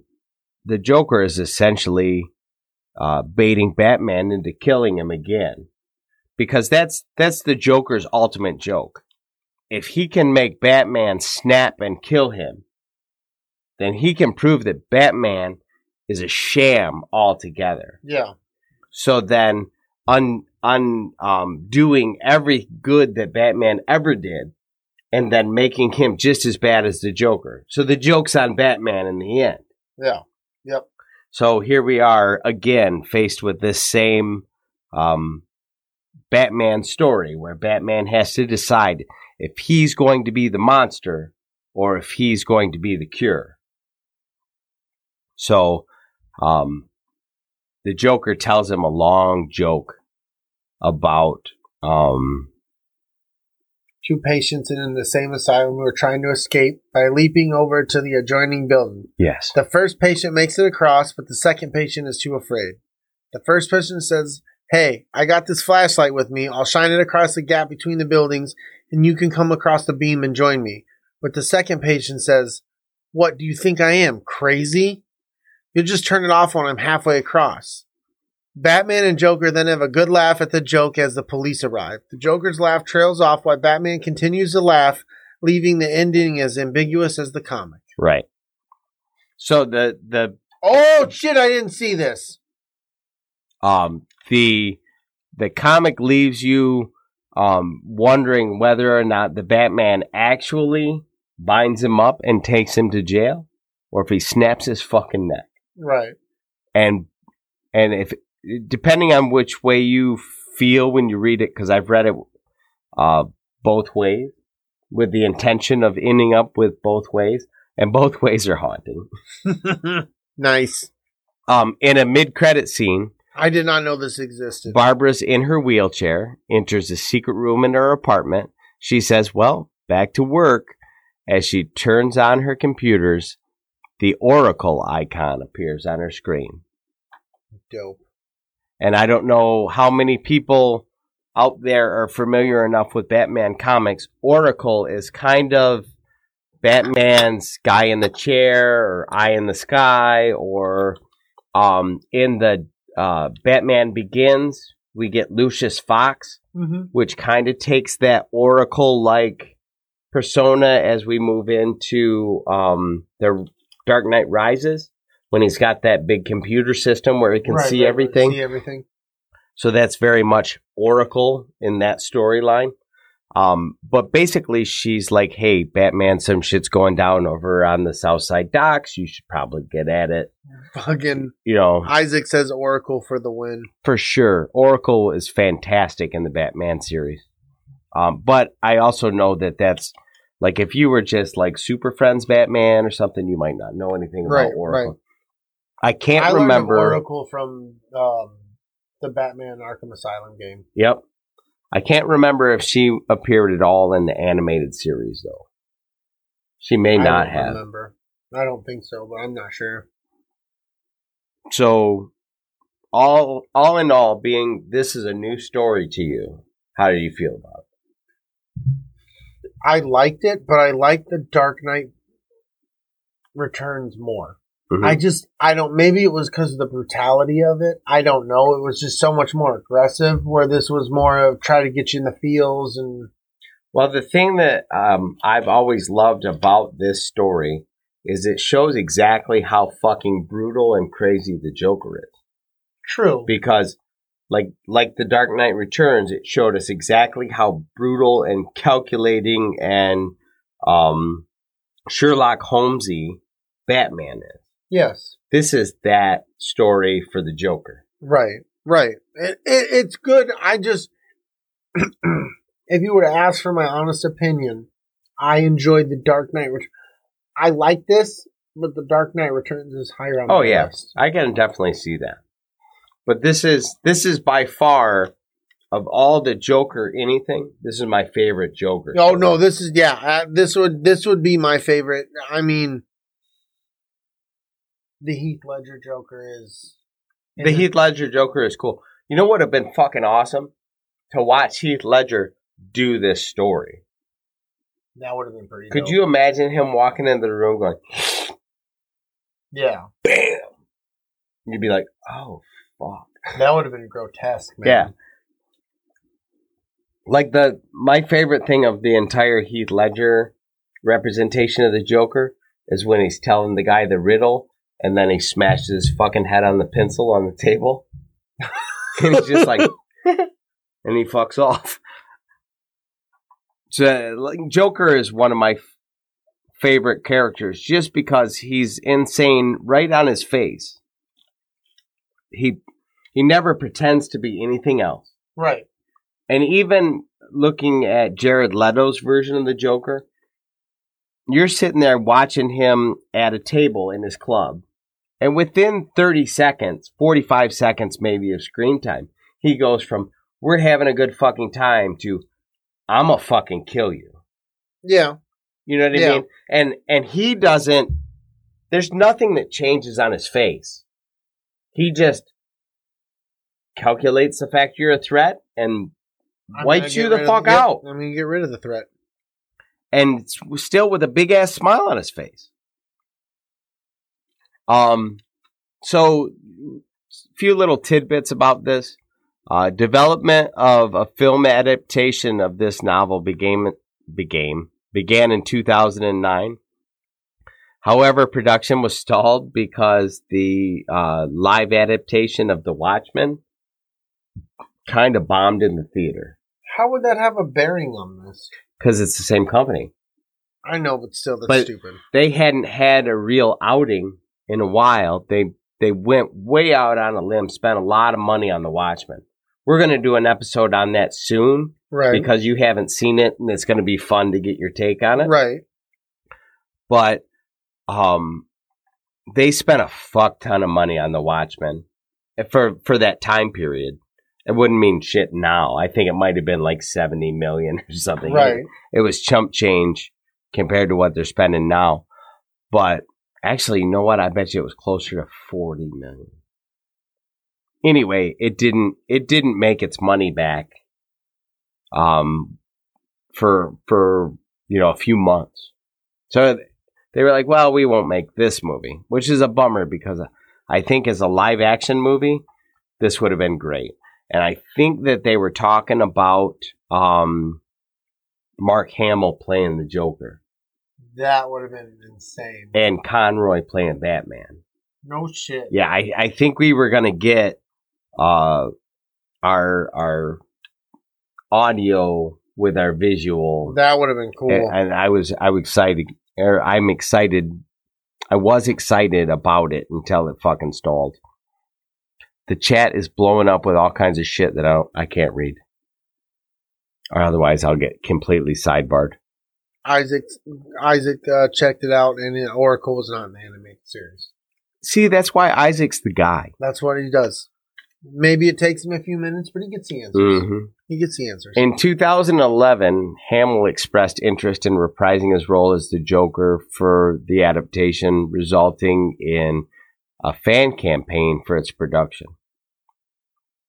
C: the joker is essentially uh baiting batman into killing him again because that's that's the joker's ultimate joke if he can make batman snap and kill him then he can prove that batman is a sham altogether.
B: Yeah.
C: So then, un, un um, doing every good that Batman ever did, and then making him just as bad as the Joker. So the joke's on Batman in the end.
B: Yeah.
C: So here we are again, faced with this same um, Batman story where Batman has to decide if he's going to be the monster or if he's going to be the cure. So um, the Joker tells him a long joke about. Um,
B: Two patients in the same asylum who are trying to escape by leaping over to the adjoining building.
C: yes.
B: The first patient makes it across, but the second patient is too afraid. The first patient says, Hey, I got this flashlight with me. I'll shine it across the gap between the buildings, and you can come across the beam and join me. But the second patient says, What do you think I am, crazy? You'll just turn it off when I'm halfway across. Batman and Joker then have a good laugh at the joke as the police arrive. The Joker's laugh trails off while Batman continues to laugh, leaving the ending as ambiguous as the comic.
C: Right. So the the
B: Oh shit! I didn't see this.
C: um, the the comic leaves you um, wondering whether or not the Batman actually binds him up and takes him to jail, or if he snaps his fucking neck.
B: Right.
C: And and if depending on which way you feel when you read it, because I've read it uh, both ways, with the intention of ending up with both ways, and both ways are haunting.
B: nice.
C: Um, in a mid-credit scene,
B: I did not know this existed.
C: Barbara's in her wheelchair, enters a secret room in her apartment. She says, Well, back to work. As she turns on her computers, the Oracle icon appears on her screen.
B: Dope.
C: And I don't know how many people out there are familiar enough with Batman comics. Oracle is kind of Batman's guy in the chair or eye in the sky or um, in the uh, Batman Begins, we get Lucius Fox,
B: Mm-hmm.
C: which kind of takes that Oracle like persona as we move into um, the Dark Knight Rises when he's got that big computer system where he can see everything.
B: See everything.
C: So that's very much Oracle in that storyline. Um, but basically, she's like, hey, Batman, some shit's going down over on the South Side docks. You should probably get at it.
B: Fucking
C: You know,
B: Isaac says Oracle for the win.
C: for sure. Oracle is fantastic in the Batman series. Um, but I also know that that's like if you were just like Super Friends Batman or something, you might not know anything
B: Right,
C: about Oracle. I can't
B: I learned of
C: remember.
B: Oracle from um, the Batman Arkham Asylum game.
C: Yep. I can't remember if she appeared at all in the animated series though. She may
B: I
C: not
B: don't
C: have.
B: Remember. I don't think so, but I'm not sure.
C: So all all in all being this is a new story to you. How do you feel about it?
B: I liked it, but I liked the Dark Knight Returns more.
C: Mhm.
B: I just, I don't, maybe it was because of the brutality of it. I don't know. It was just so much more aggressive, where this was more of try to get you in the feels and
C: Well, the thing that um, I've always loved about this story is it shows exactly how fucking brutal and crazy the Joker is.
B: True.
C: Because like like The Dark Knight Returns, it showed us exactly how brutal and calculating and um Sherlock Holmesy Batman is.
B: yes.
C: This is that story for the Joker.
B: Right. Right. It, it, it's good. I just, if you were to ask for my honest opinion, I enjoyed the Dark Knight. Ret- I like this, but the Dark Knight Returns is higher on.
C: Oh
B: my
C: yeah,
B: list.
C: I can definitely see that. But this is this is by far of all the Joker anything. This is my favorite Joker.
B: Oh no, this is yeah. Uh, this would this would be my favorite. I mean, the Heath Ledger Joker is
C: The Heath Ledger Joker is cool. You know what would have been fucking awesome to watch Heath Ledger do this story.
B: That would have been pretty.
C: Could
B: dope.
C: you imagine him walking into the room going,
B: Yeah,
C: "Bam"? You'd be like, "Oh fuck."
B: that would have been grotesque. Man.
C: Yeah. Like the my favorite thing of the entire Heath Ledger representation of the Joker is when he's telling the guy the riddle and then he smashes his fucking head on the pencil on the table. and he's just like and he fucks off. So like, Joker is one of my f- favorite characters just because he's insane right on his face. He he never pretends to be anything else.
B: Right.
C: And even looking at Jared Leto's version of the Joker, you're sitting there watching him at a table in his club. And within 30 seconds, 45 seconds maybe of screen time, he goes from, we're having a good fucking time to, I'm going to fucking kill you.
B: Yeah.
C: You know what I
B: Yeah.
C: mean? And and he doesn't there's nothing that changes on his face. He just calculates the fact you're a threat and
B: I'm gonna
C: wipes
B: get
C: you the
B: rid of-
C: fuck
B: yep,
C: out.
B: I'm gonna get rid of the threat.
C: And it's still with a big ass smile on his face. Um so few little tidbits about this. Uh, development of a film adaptation of this novel began began began in 2009. However, production was stalled because the uh, live adaptation of The Watchmen kind of bombed in the theater
B: How would that have a bearing on this?
C: because it's the same company.
B: I know, but still, that's
C: But-
B: stupid.
C: they hadn't had a real outing in a while. They they went way out on a limb, spent a lot of money on the Watchmen. We're gonna do an episode on that soon
B: Right.
C: because you haven't seen it, and it's gonna be fun to get your take on it.
B: right.
C: But um, they spent a fuck ton of money on the Watchmen for for that time period. It wouldn't mean shit now. I think it might have been like seventy million or something
B: Right.
C: it was chump change compared to what they're spending now. But actually, you know what? I bet you it was closer to forty million. Anyway, it didn't it didn't make its money back um for for you know a few months. So they were like, well, we won't make this movie, which is a bummer because I think as a live action movie, this would have been great. And I think that they were talking about um, Mark Hamill playing the Joker
B: That would have been insane.
C: and Conroy playing Batman.
B: No shit.
C: Yeah, I, I think we were gonna get uh our our audio with our visual,
B: That would have been cool.
C: and, and I was I was excited. Or I'm excited. I was excited about it until it fucking stalled. The chat is blowing up with all kinds of shit that I don't, I can't read, or otherwise I'll get completely sidebarred.
B: Isaac Isaac uh, checked it out, and uh, Oracle was not an animated series.
C: See, that's why Isaac's the guy.
B: That's what he does. Maybe it takes him a few minutes, but he gets the answers.
C: Mm.
B: He gets the answers.
C: In 2011, Hamill expressed interest in reprising his role as the Joker for the adaptation, resulting in a fan campaign for its production.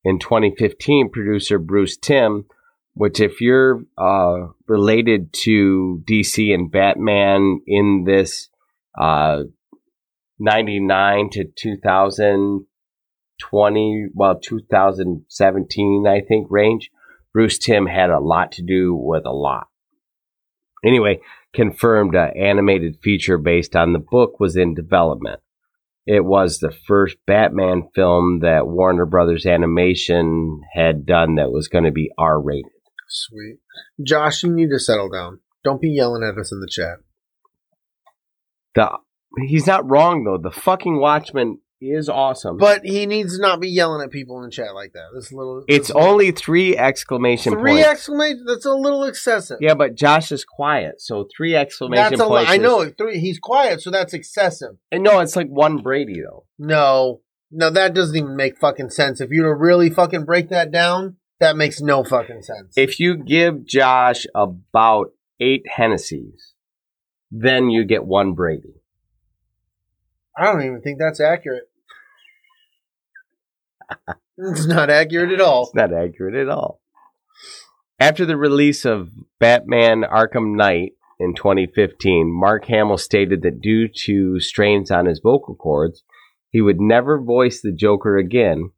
C: In 2015, producer Bruce Tim, which if you're uh, related to DC and Batman in this uh, 99 to 2020, well, 2017, I think, range, Bruce Tim had a lot to do with a lot. Anyway, confirmed an animated feature based on the book was in development. It was the first Batman film that Warner Brothers Animation had done that was going to be R rated.
B: Sweet. Josh, you need to settle down. Don't be yelling at us in the chat.
C: The he's not wrong though. The fucking Watchmen is awesome.
B: But he needs to not be yelling at people in the chat like that. This little
C: it's
B: this little-
C: only three exclamation
B: three
C: points.
B: exclamation. That's a little excessive.
C: yeah, but Josh is quiet, so three exclamation
B: that's a li-
C: points.
B: I
C: is-
B: know three. He's quiet, so that's excessive.
C: And no, it's like one Brady though.
B: No, no, that doesn't even make fucking sense. If you were to really fucking break that down, that makes no fucking sense.
C: If you give Josh about eight Hennessy's, then you get one Brady.
B: I don't even think that's accurate. it's not accurate at all.
C: It's not accurate at all. After the release of Batman Arkham Knight in 2015, Mark Hamill stated that due to strains on his vocal cords, he would never voice the Joker again,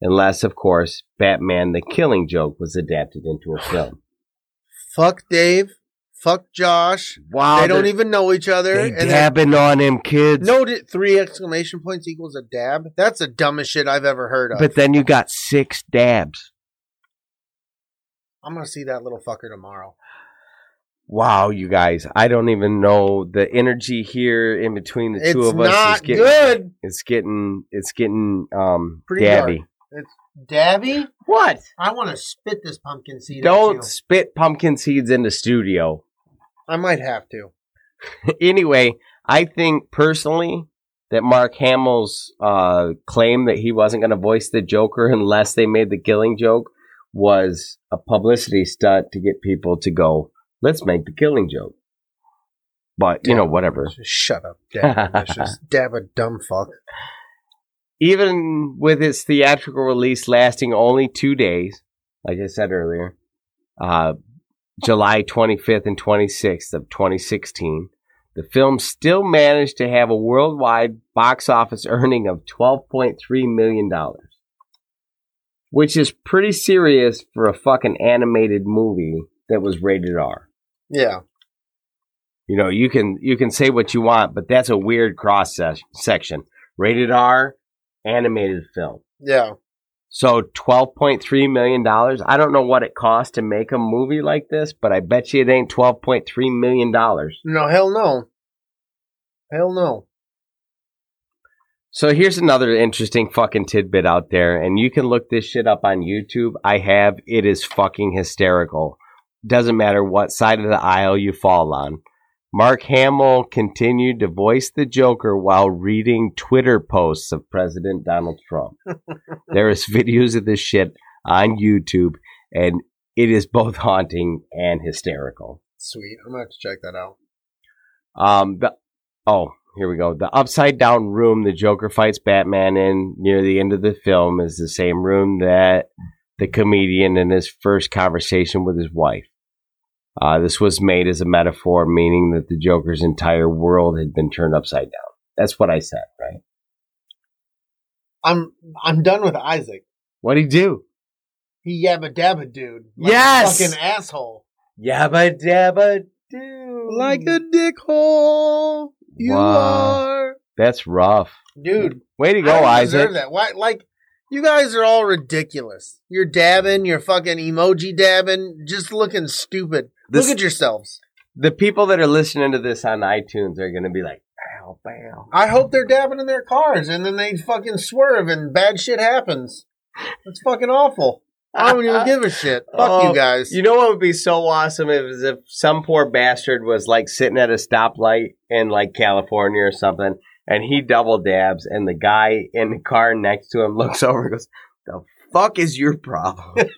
C: unless, of course, Batman the Killing Joke was adapted into a film.
B: Fuck Dave. Fuck Josh.
C: Wow.
B: they don't even know each other.
C: They
B: and they're-
C: dabbing on him, kids.
B: no, did three exclamation points equals a dab? That's the dumbest shit I've ever heard of.
C: But then you got six dabs.
B: I'm gonna see that little fucker tomorrow.
C: Wow, you guys. I don't even know the energy here in between the two
B: It's
C: of us
B: not
C: is getting
B: good.
C: It's getting it's getting um
B: Pretty
C: dabby.
B: Dabby,
C: What?
B: I want to spit this pumpkin seed. at you.
C: Don't spit pumpkin seeds in the studio.
B: I might have to.
C: anyway, I think personally that Mark Hamill's uh, claim that he wasn't going to voice the Joker unless they made the killing joke was a publicity stunt to get people to go, let's make the killing joke. But, you know, whatever.
B: Just shut up, dab. ambitious. dab a dumb fuck.
C: even with its theatrical release lasting only two days, like I said earlier, uh, July 25th and 26th of 2016, the film still managed to have a worldwide box office earning of $12.3 million, which is pretty serious for a fucking animated movie that was rated R.
B: Yeah,
C: You know, you can you can say what you want, but that's a weird cross se- section. Rated R, animated film.
B: yeah.
C: So twelve point three million dollars. I don't know what it costs to make a movie like this, but I bet you it ain't twelve point three million dollars.
B: No, hell no. Hell no.
C: So here's another interesting fucking tidbit out there, and you can look this shit up on YouTube. I have. It is fucking hysterical. Doesn't matter what side of the aisle you fall on. Mark Hamill continued to voice the Joker while reading Twitter posts of President Donald Trump. there is videos of this shit on YouTube, and it is both haunting and hysterical.
B: Sweet. I'm gonna have to check that out.
C: Um, the, oh, here we go. The upside down room the Joker fights Batman in near the end of the film is the same room that the comedian in his first conversation with his wife. Uh, this was made as a metaphor, meaning that the Joker's entire world had been turned upside down. That's what I said, right?
B: I'm I'm done with Isaac.
C: What'd he do?
B: He yabba dabba dude. Like
C: Yes!
B: A fucking asshole.
C: Yabba dabba do.
B: dickhole.
C: you Wow.
B: are.
C: That's rough.
B: Dude.
C: Way to
B: I
C: go,
B: don't
C: Isaac.
B: deserve that. Why? Like, you guys are all ridiculous. You're dabbing. You're fucking emoji dabbing. Just looking stupid.
C: This-
B: Look at yourselves.
C: The people that are listening to this on iTunes are going to be like, bow, bow.
B: I hope they're dabbing in their cars and then they fucking swerve and bad shit happens. That's fucking awful. I don't even give a shit. Fuck
C: Oh,
B: you guys.
C: Uh, You know what would be so awesome is if some poor bastard was like sitting at a stoplight in like California or something, and he double dabs, and the guy in the car next to him looks over and goes, "The fuck is your problem?"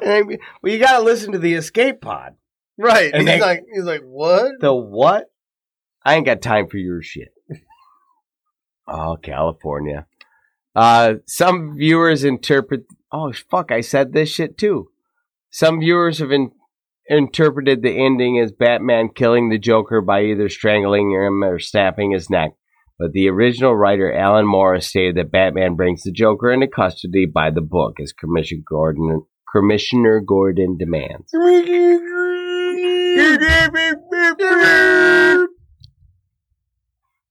C: And I'd be, well, you got to listen to the escape pod.
B: right.
C: And
B: he's
C: they-
B: like he's like, what?
C: The what? I ain't got time for your shit. oh, California. Uh, some viewers interpret. Oh, fuck, I said this shit too. Some viewers have in, interpreted the ending as Batman killing the Joker by either strangling him or snapping his neck. But the original writer, Alan Morris, stated that Batman brings the Joker into custody by the book, as Commissioner Gordon, Commissioner Gordon demands.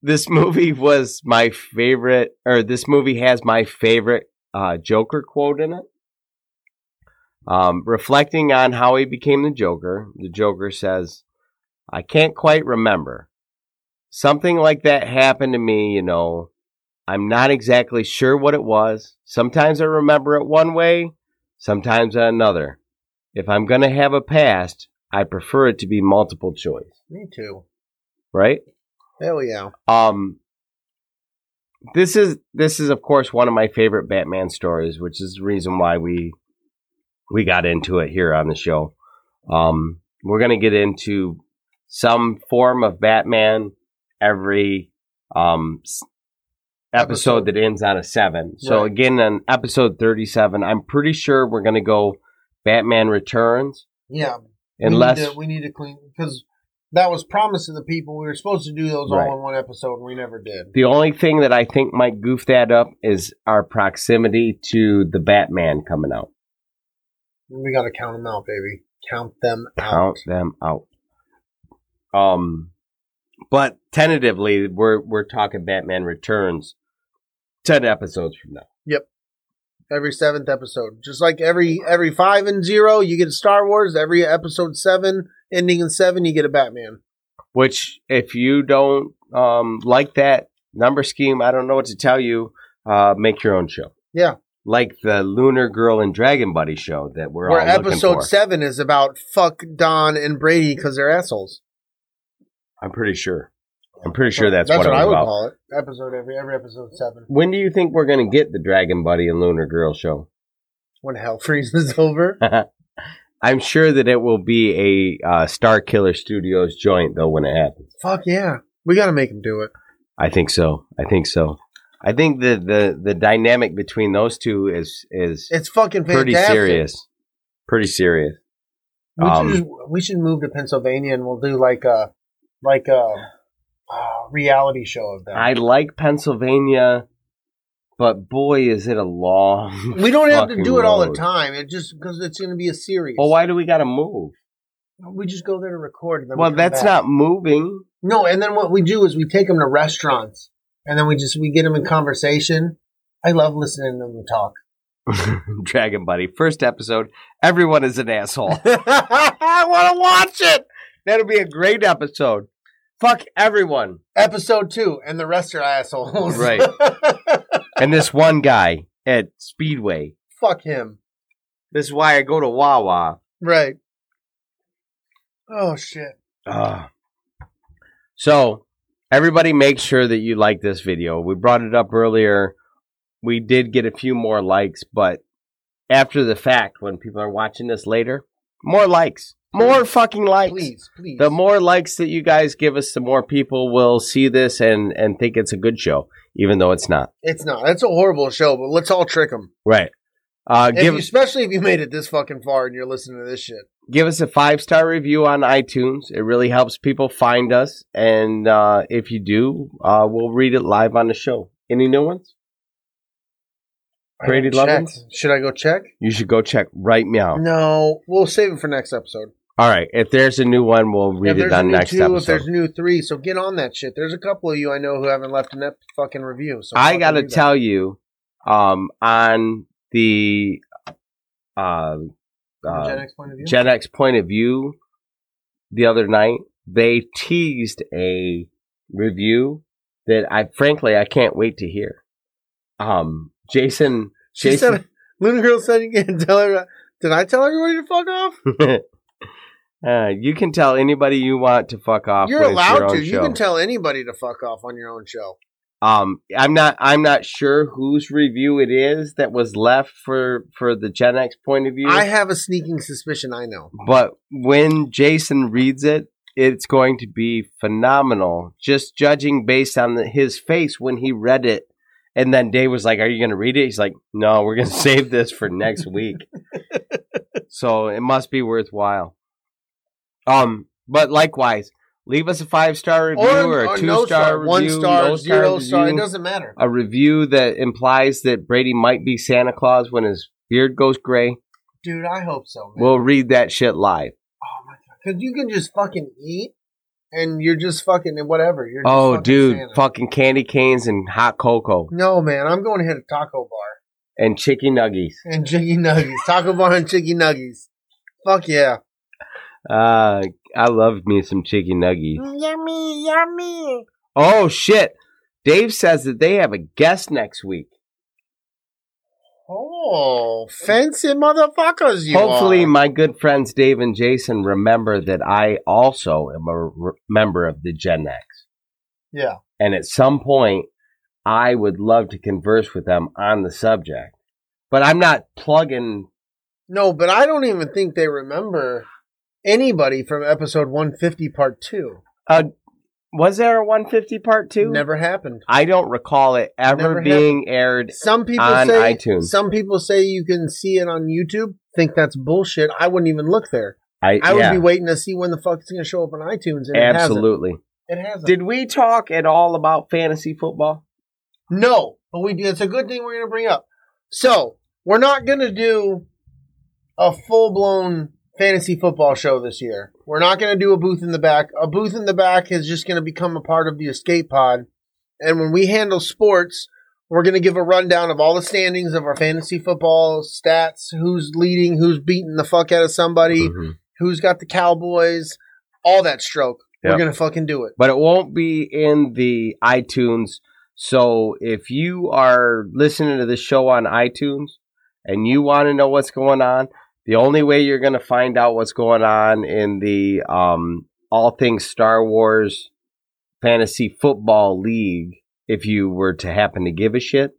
C: this movie was my favorite, or this movie has my favorite uh, Joker quote in it. Um, reflecting on how he became the Joker, the Joker says, I can't quite remember. Something like that happened to me, you know. I'm not exactly sure what it was. Sometimes I remember it one way, sometimes another. If I'm going to have a past, I prefer it to be multiple choice,
B: Me too.
C: right?
B: Hell yeah.
C: Um, this is this is of course one of my favorite Batman stories, which is the reason why we we got into it here on the show. Um, we're gonna get into some form of Batman every um s- episode,
B: Episode.
C: that ends on a seven. So
B: Right.
C: again, on episode thirty-seven, I'm pretty sure we're gonna go Batman Returns,
B: Yeah.
C: unless
B: we need to, we need to clean because that was promised to the people we were supposed to do those
C: Right.
B: all in one episode and we never did.
C: The only thing that I think might goof that up is our proximity to the Batman coming out.
B: We got to count them out, baby. Count them out.
C: Count them out. Um, but tentatively, we're we're talking Batman Returns ten episodes from now.
B: Every seventh episode, just like every every five and zero, you get a Star Wars. Every episode seven, ending in seven, you get a Batman.
C: Which, if you don't um, like that number scheme, I don't know what to tell you. Uh, make your own show.
B: Yeah.
C: like the Lunar Girl and Dragon Buddy show that we're
B: Where
C: all looking
B: episode
C: for.
B: seven is about fuck Don and Brady because they're assholes.
C: I'm pretty sure. I'm pretty sure that's, what, it
B: I would
C: was about.
B: call it. Episode every every episode seven.
C: When do you think we're going to get the Dragon Buddy and Lunar Girl show?
B: When hell freezes over.
C: I'm sure that it will be a uh, Star Killer Studios joint, though, when it happens.
B: Fuck yeah, we got to make him do it.
C: I think so. I think so. I think the, the, the dynamic between those two is is
B: It's fucking fantastic.
C: pretty serious. Pretty serious.
B: We,
C: Um,
B: should, just- we should move to Pennsylvania and we'll do like a like a uh, reality show of that.
C: I like Pennsylvania, but boy, is it a long.
B: we don't have to
C: fucking
B: do it all the
C: road.
B: time. It just because it's going to be a series.
C: Well, why do we got to move?
B: We just go there to record. And then we
C: Well,
B: come
C: that's
B: back.
C: not moving.
B: No, and then what we do is we take them to restaurants and then we just we get them in conversation. I love listening to them talk.
C: Dragon Buddy. First episode. Everyone is an asshole. I want to watch it. That'll be a great episode. Fuck everyone.
B: Episode two, and the rest are assholes.
C: Right. And this one guy at Speedway.
B: Fuck him.
C: This is why I go to Wawa.
B: Right. Oh shit.
C: Ugh. So, everybody make sure that you like this video. We brought it up earlier. We did get a few more likes, but after the fact, when people are watching this later, more likes. More fucking likes.
B: Please, please.
C: the more likes that you guys give us, the more people will see this and and think it's a good show, even though it's not.
B: It's not. It's a horrible show, but let's all trick them.
C: Right. Uh, give
B: especially if you made it this fucking far and you're listening to this shit.
C: give us a five star review on iTunes. It really helps people find us, and uh, if you do, uh, we'll read it live on the show. Any new ones? Brady
B: I gotta
C: Lovins?
B: check. Should I go check?
C: You should go check right now.
B: No, we'll save it for next episode.
C: All right, if there's a new one, we'll read it
B: there's a
C: on
B: new
C: next
B: two, if
C: episode.
B: there's a new three, so get on that shit. There's a couple of you I know who haven't left an ep- fucking review. So
C: I
B: fucking
C: gotta
B: do that.
C: tell you, um, on the uh,
B: From
C: uh,
B: Gen X point of view.
C: Gen X point of view the other night, they teased a review that I frankly I can't wait to hear. Um, Jason,
B: she
C: Jason,
B: said, "Luna Girl said you can tell her." Did I tell everybody to fuck off?
C: uh, you can tell anybody you want to fuck off.
B: You're
C: when it's your
B: allowed
C: own
B: to. You
C: show.
B: can tell anybody to fuck off on your own show.
C: Um, I'm not. I'm not sure whose review it is that was left for for the Gen X point of view.
B: I have a sneaking suspicion. I know.
C: but when Jason reads it, it's going to be phenomenal. Just judging based on the, his face when he read it, and then Dave was like, "Are you going to read it?" He's like, "No, we're going to save this for next week." so it must be worthwhile. Um, but likewise, leave us a five star review or, a two
B: no
C: star, review,
B: one star,
C: no
B: zero star. It
C: review Uh,
B: doesn't matter.
C: a review that implies that Brady might be Santa Claus when his beard goes gray.
B: Dude, I hope so. Man.
C: We'll read that shit live.
B: oh my god, Because you can just fucking eat, and you're just fucking whatever. You're just
C: Oh,
B: fucking
C: dude,
B: standing.
C: fucking candy canes and hot cocoa
B: No, man, I'm going to hit a taco bar
C: and chicken nuggies.
B: and jiggy nuggies. Taco bar and jiggy nuggies. Fuck yeah.
C: Uh, I love me some chicken nuggies.
B: Yummy, yummy.
C: Oh shit! Dave says that they have a guest next week.
B: Oh, fancy motherfuckers you
C: Hopefully,
B: are.
C: my good friends Dave and Jason remember that I also am a r- member of the Gen X.
B: Yeah.
C: And at some point, I would love to converse with them on the subject. But I'm not plugging.
B: No, but I don't even think they remember anybody from episode 150 part 2.
C: Uh, was there a 150 part two?
B: Never happened.
C: I don't recall it ever
B: Never
C: being aired.
B: Some people
C: On
B: say
C: iTunes.
B: some people say you can see it on YouTube. Think that's bullshit. I wouldn't even look there.
C: I,
B: I
C: yeah,
B: would be waiting to see when the fuck it's going to show up on iTunes and
C: absolutely.
B: it hasn't. It hasn't.
C: Did we talk at all about fantasy football?
B: No, but we do. It's a good thing we're going to bring up. So we're not going to do a full blown fantasy football show this year. We're not going to do a booth in the back. A booth in the back is just going to become a part of the escape pod. And when we handle sports, we're going to give a rundown of all the standings of our fantasy football stats, who's leading, who's beating the fuck out of somebody,
C: Mm-hmm.
B: who's got the Cowboys, all that stroke.
C: Yep.
B: We're going to fucking do it.
C: But it won't be in the iTunes. So if you are listening to the show on iTunes and you want to know what's going on, the only way you're going to find out what's going on in the um, All Things Star Wars Fantasy Football League, if you were to happen to give a shit,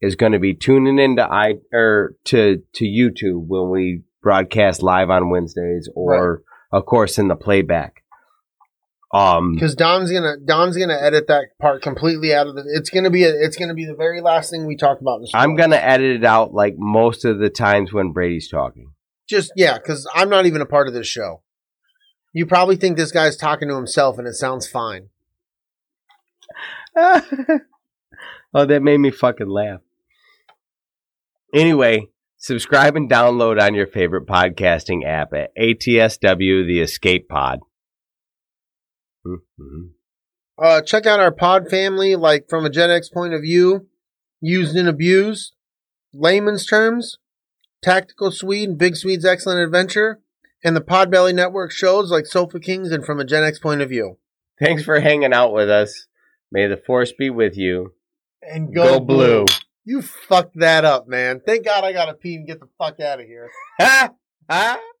C: is going to be tuning into i or to to YouTube when we broadcast live on Wednesdays, or of course in the playback. Um,
B: because Dom's gonna Dom's gonna edit that part completely out of the. It's gonna be a, it's gonna be the very last thing we talk about. In the show.
C: I'm gonna edit it out like most of the times when Brady's talking.
B: just yeah, because I'm not even a part of this show. You probably think this guy's talking to himself, and it sounds fine.
C: oh, that made me fucking laugh. Anyway, subscribe and download on your favorite podcasting app at ATSW The Escape Pod. Mhm.
B: Uh, check out our pod family, like from a Gen X point of view, used and abused, layman's terms, tactical Swede, Big Swede's excellent adventure, and the Podbelly Network shows like Sofa Kings and from a Gen X point of view.
C: Thanks for hanging out with us. May the force be with you.
B: And
C: Go, blue.
B: You fucked that up, man. Thank God I gotta pee and get the fuck out of here.
C: Ha! Ha!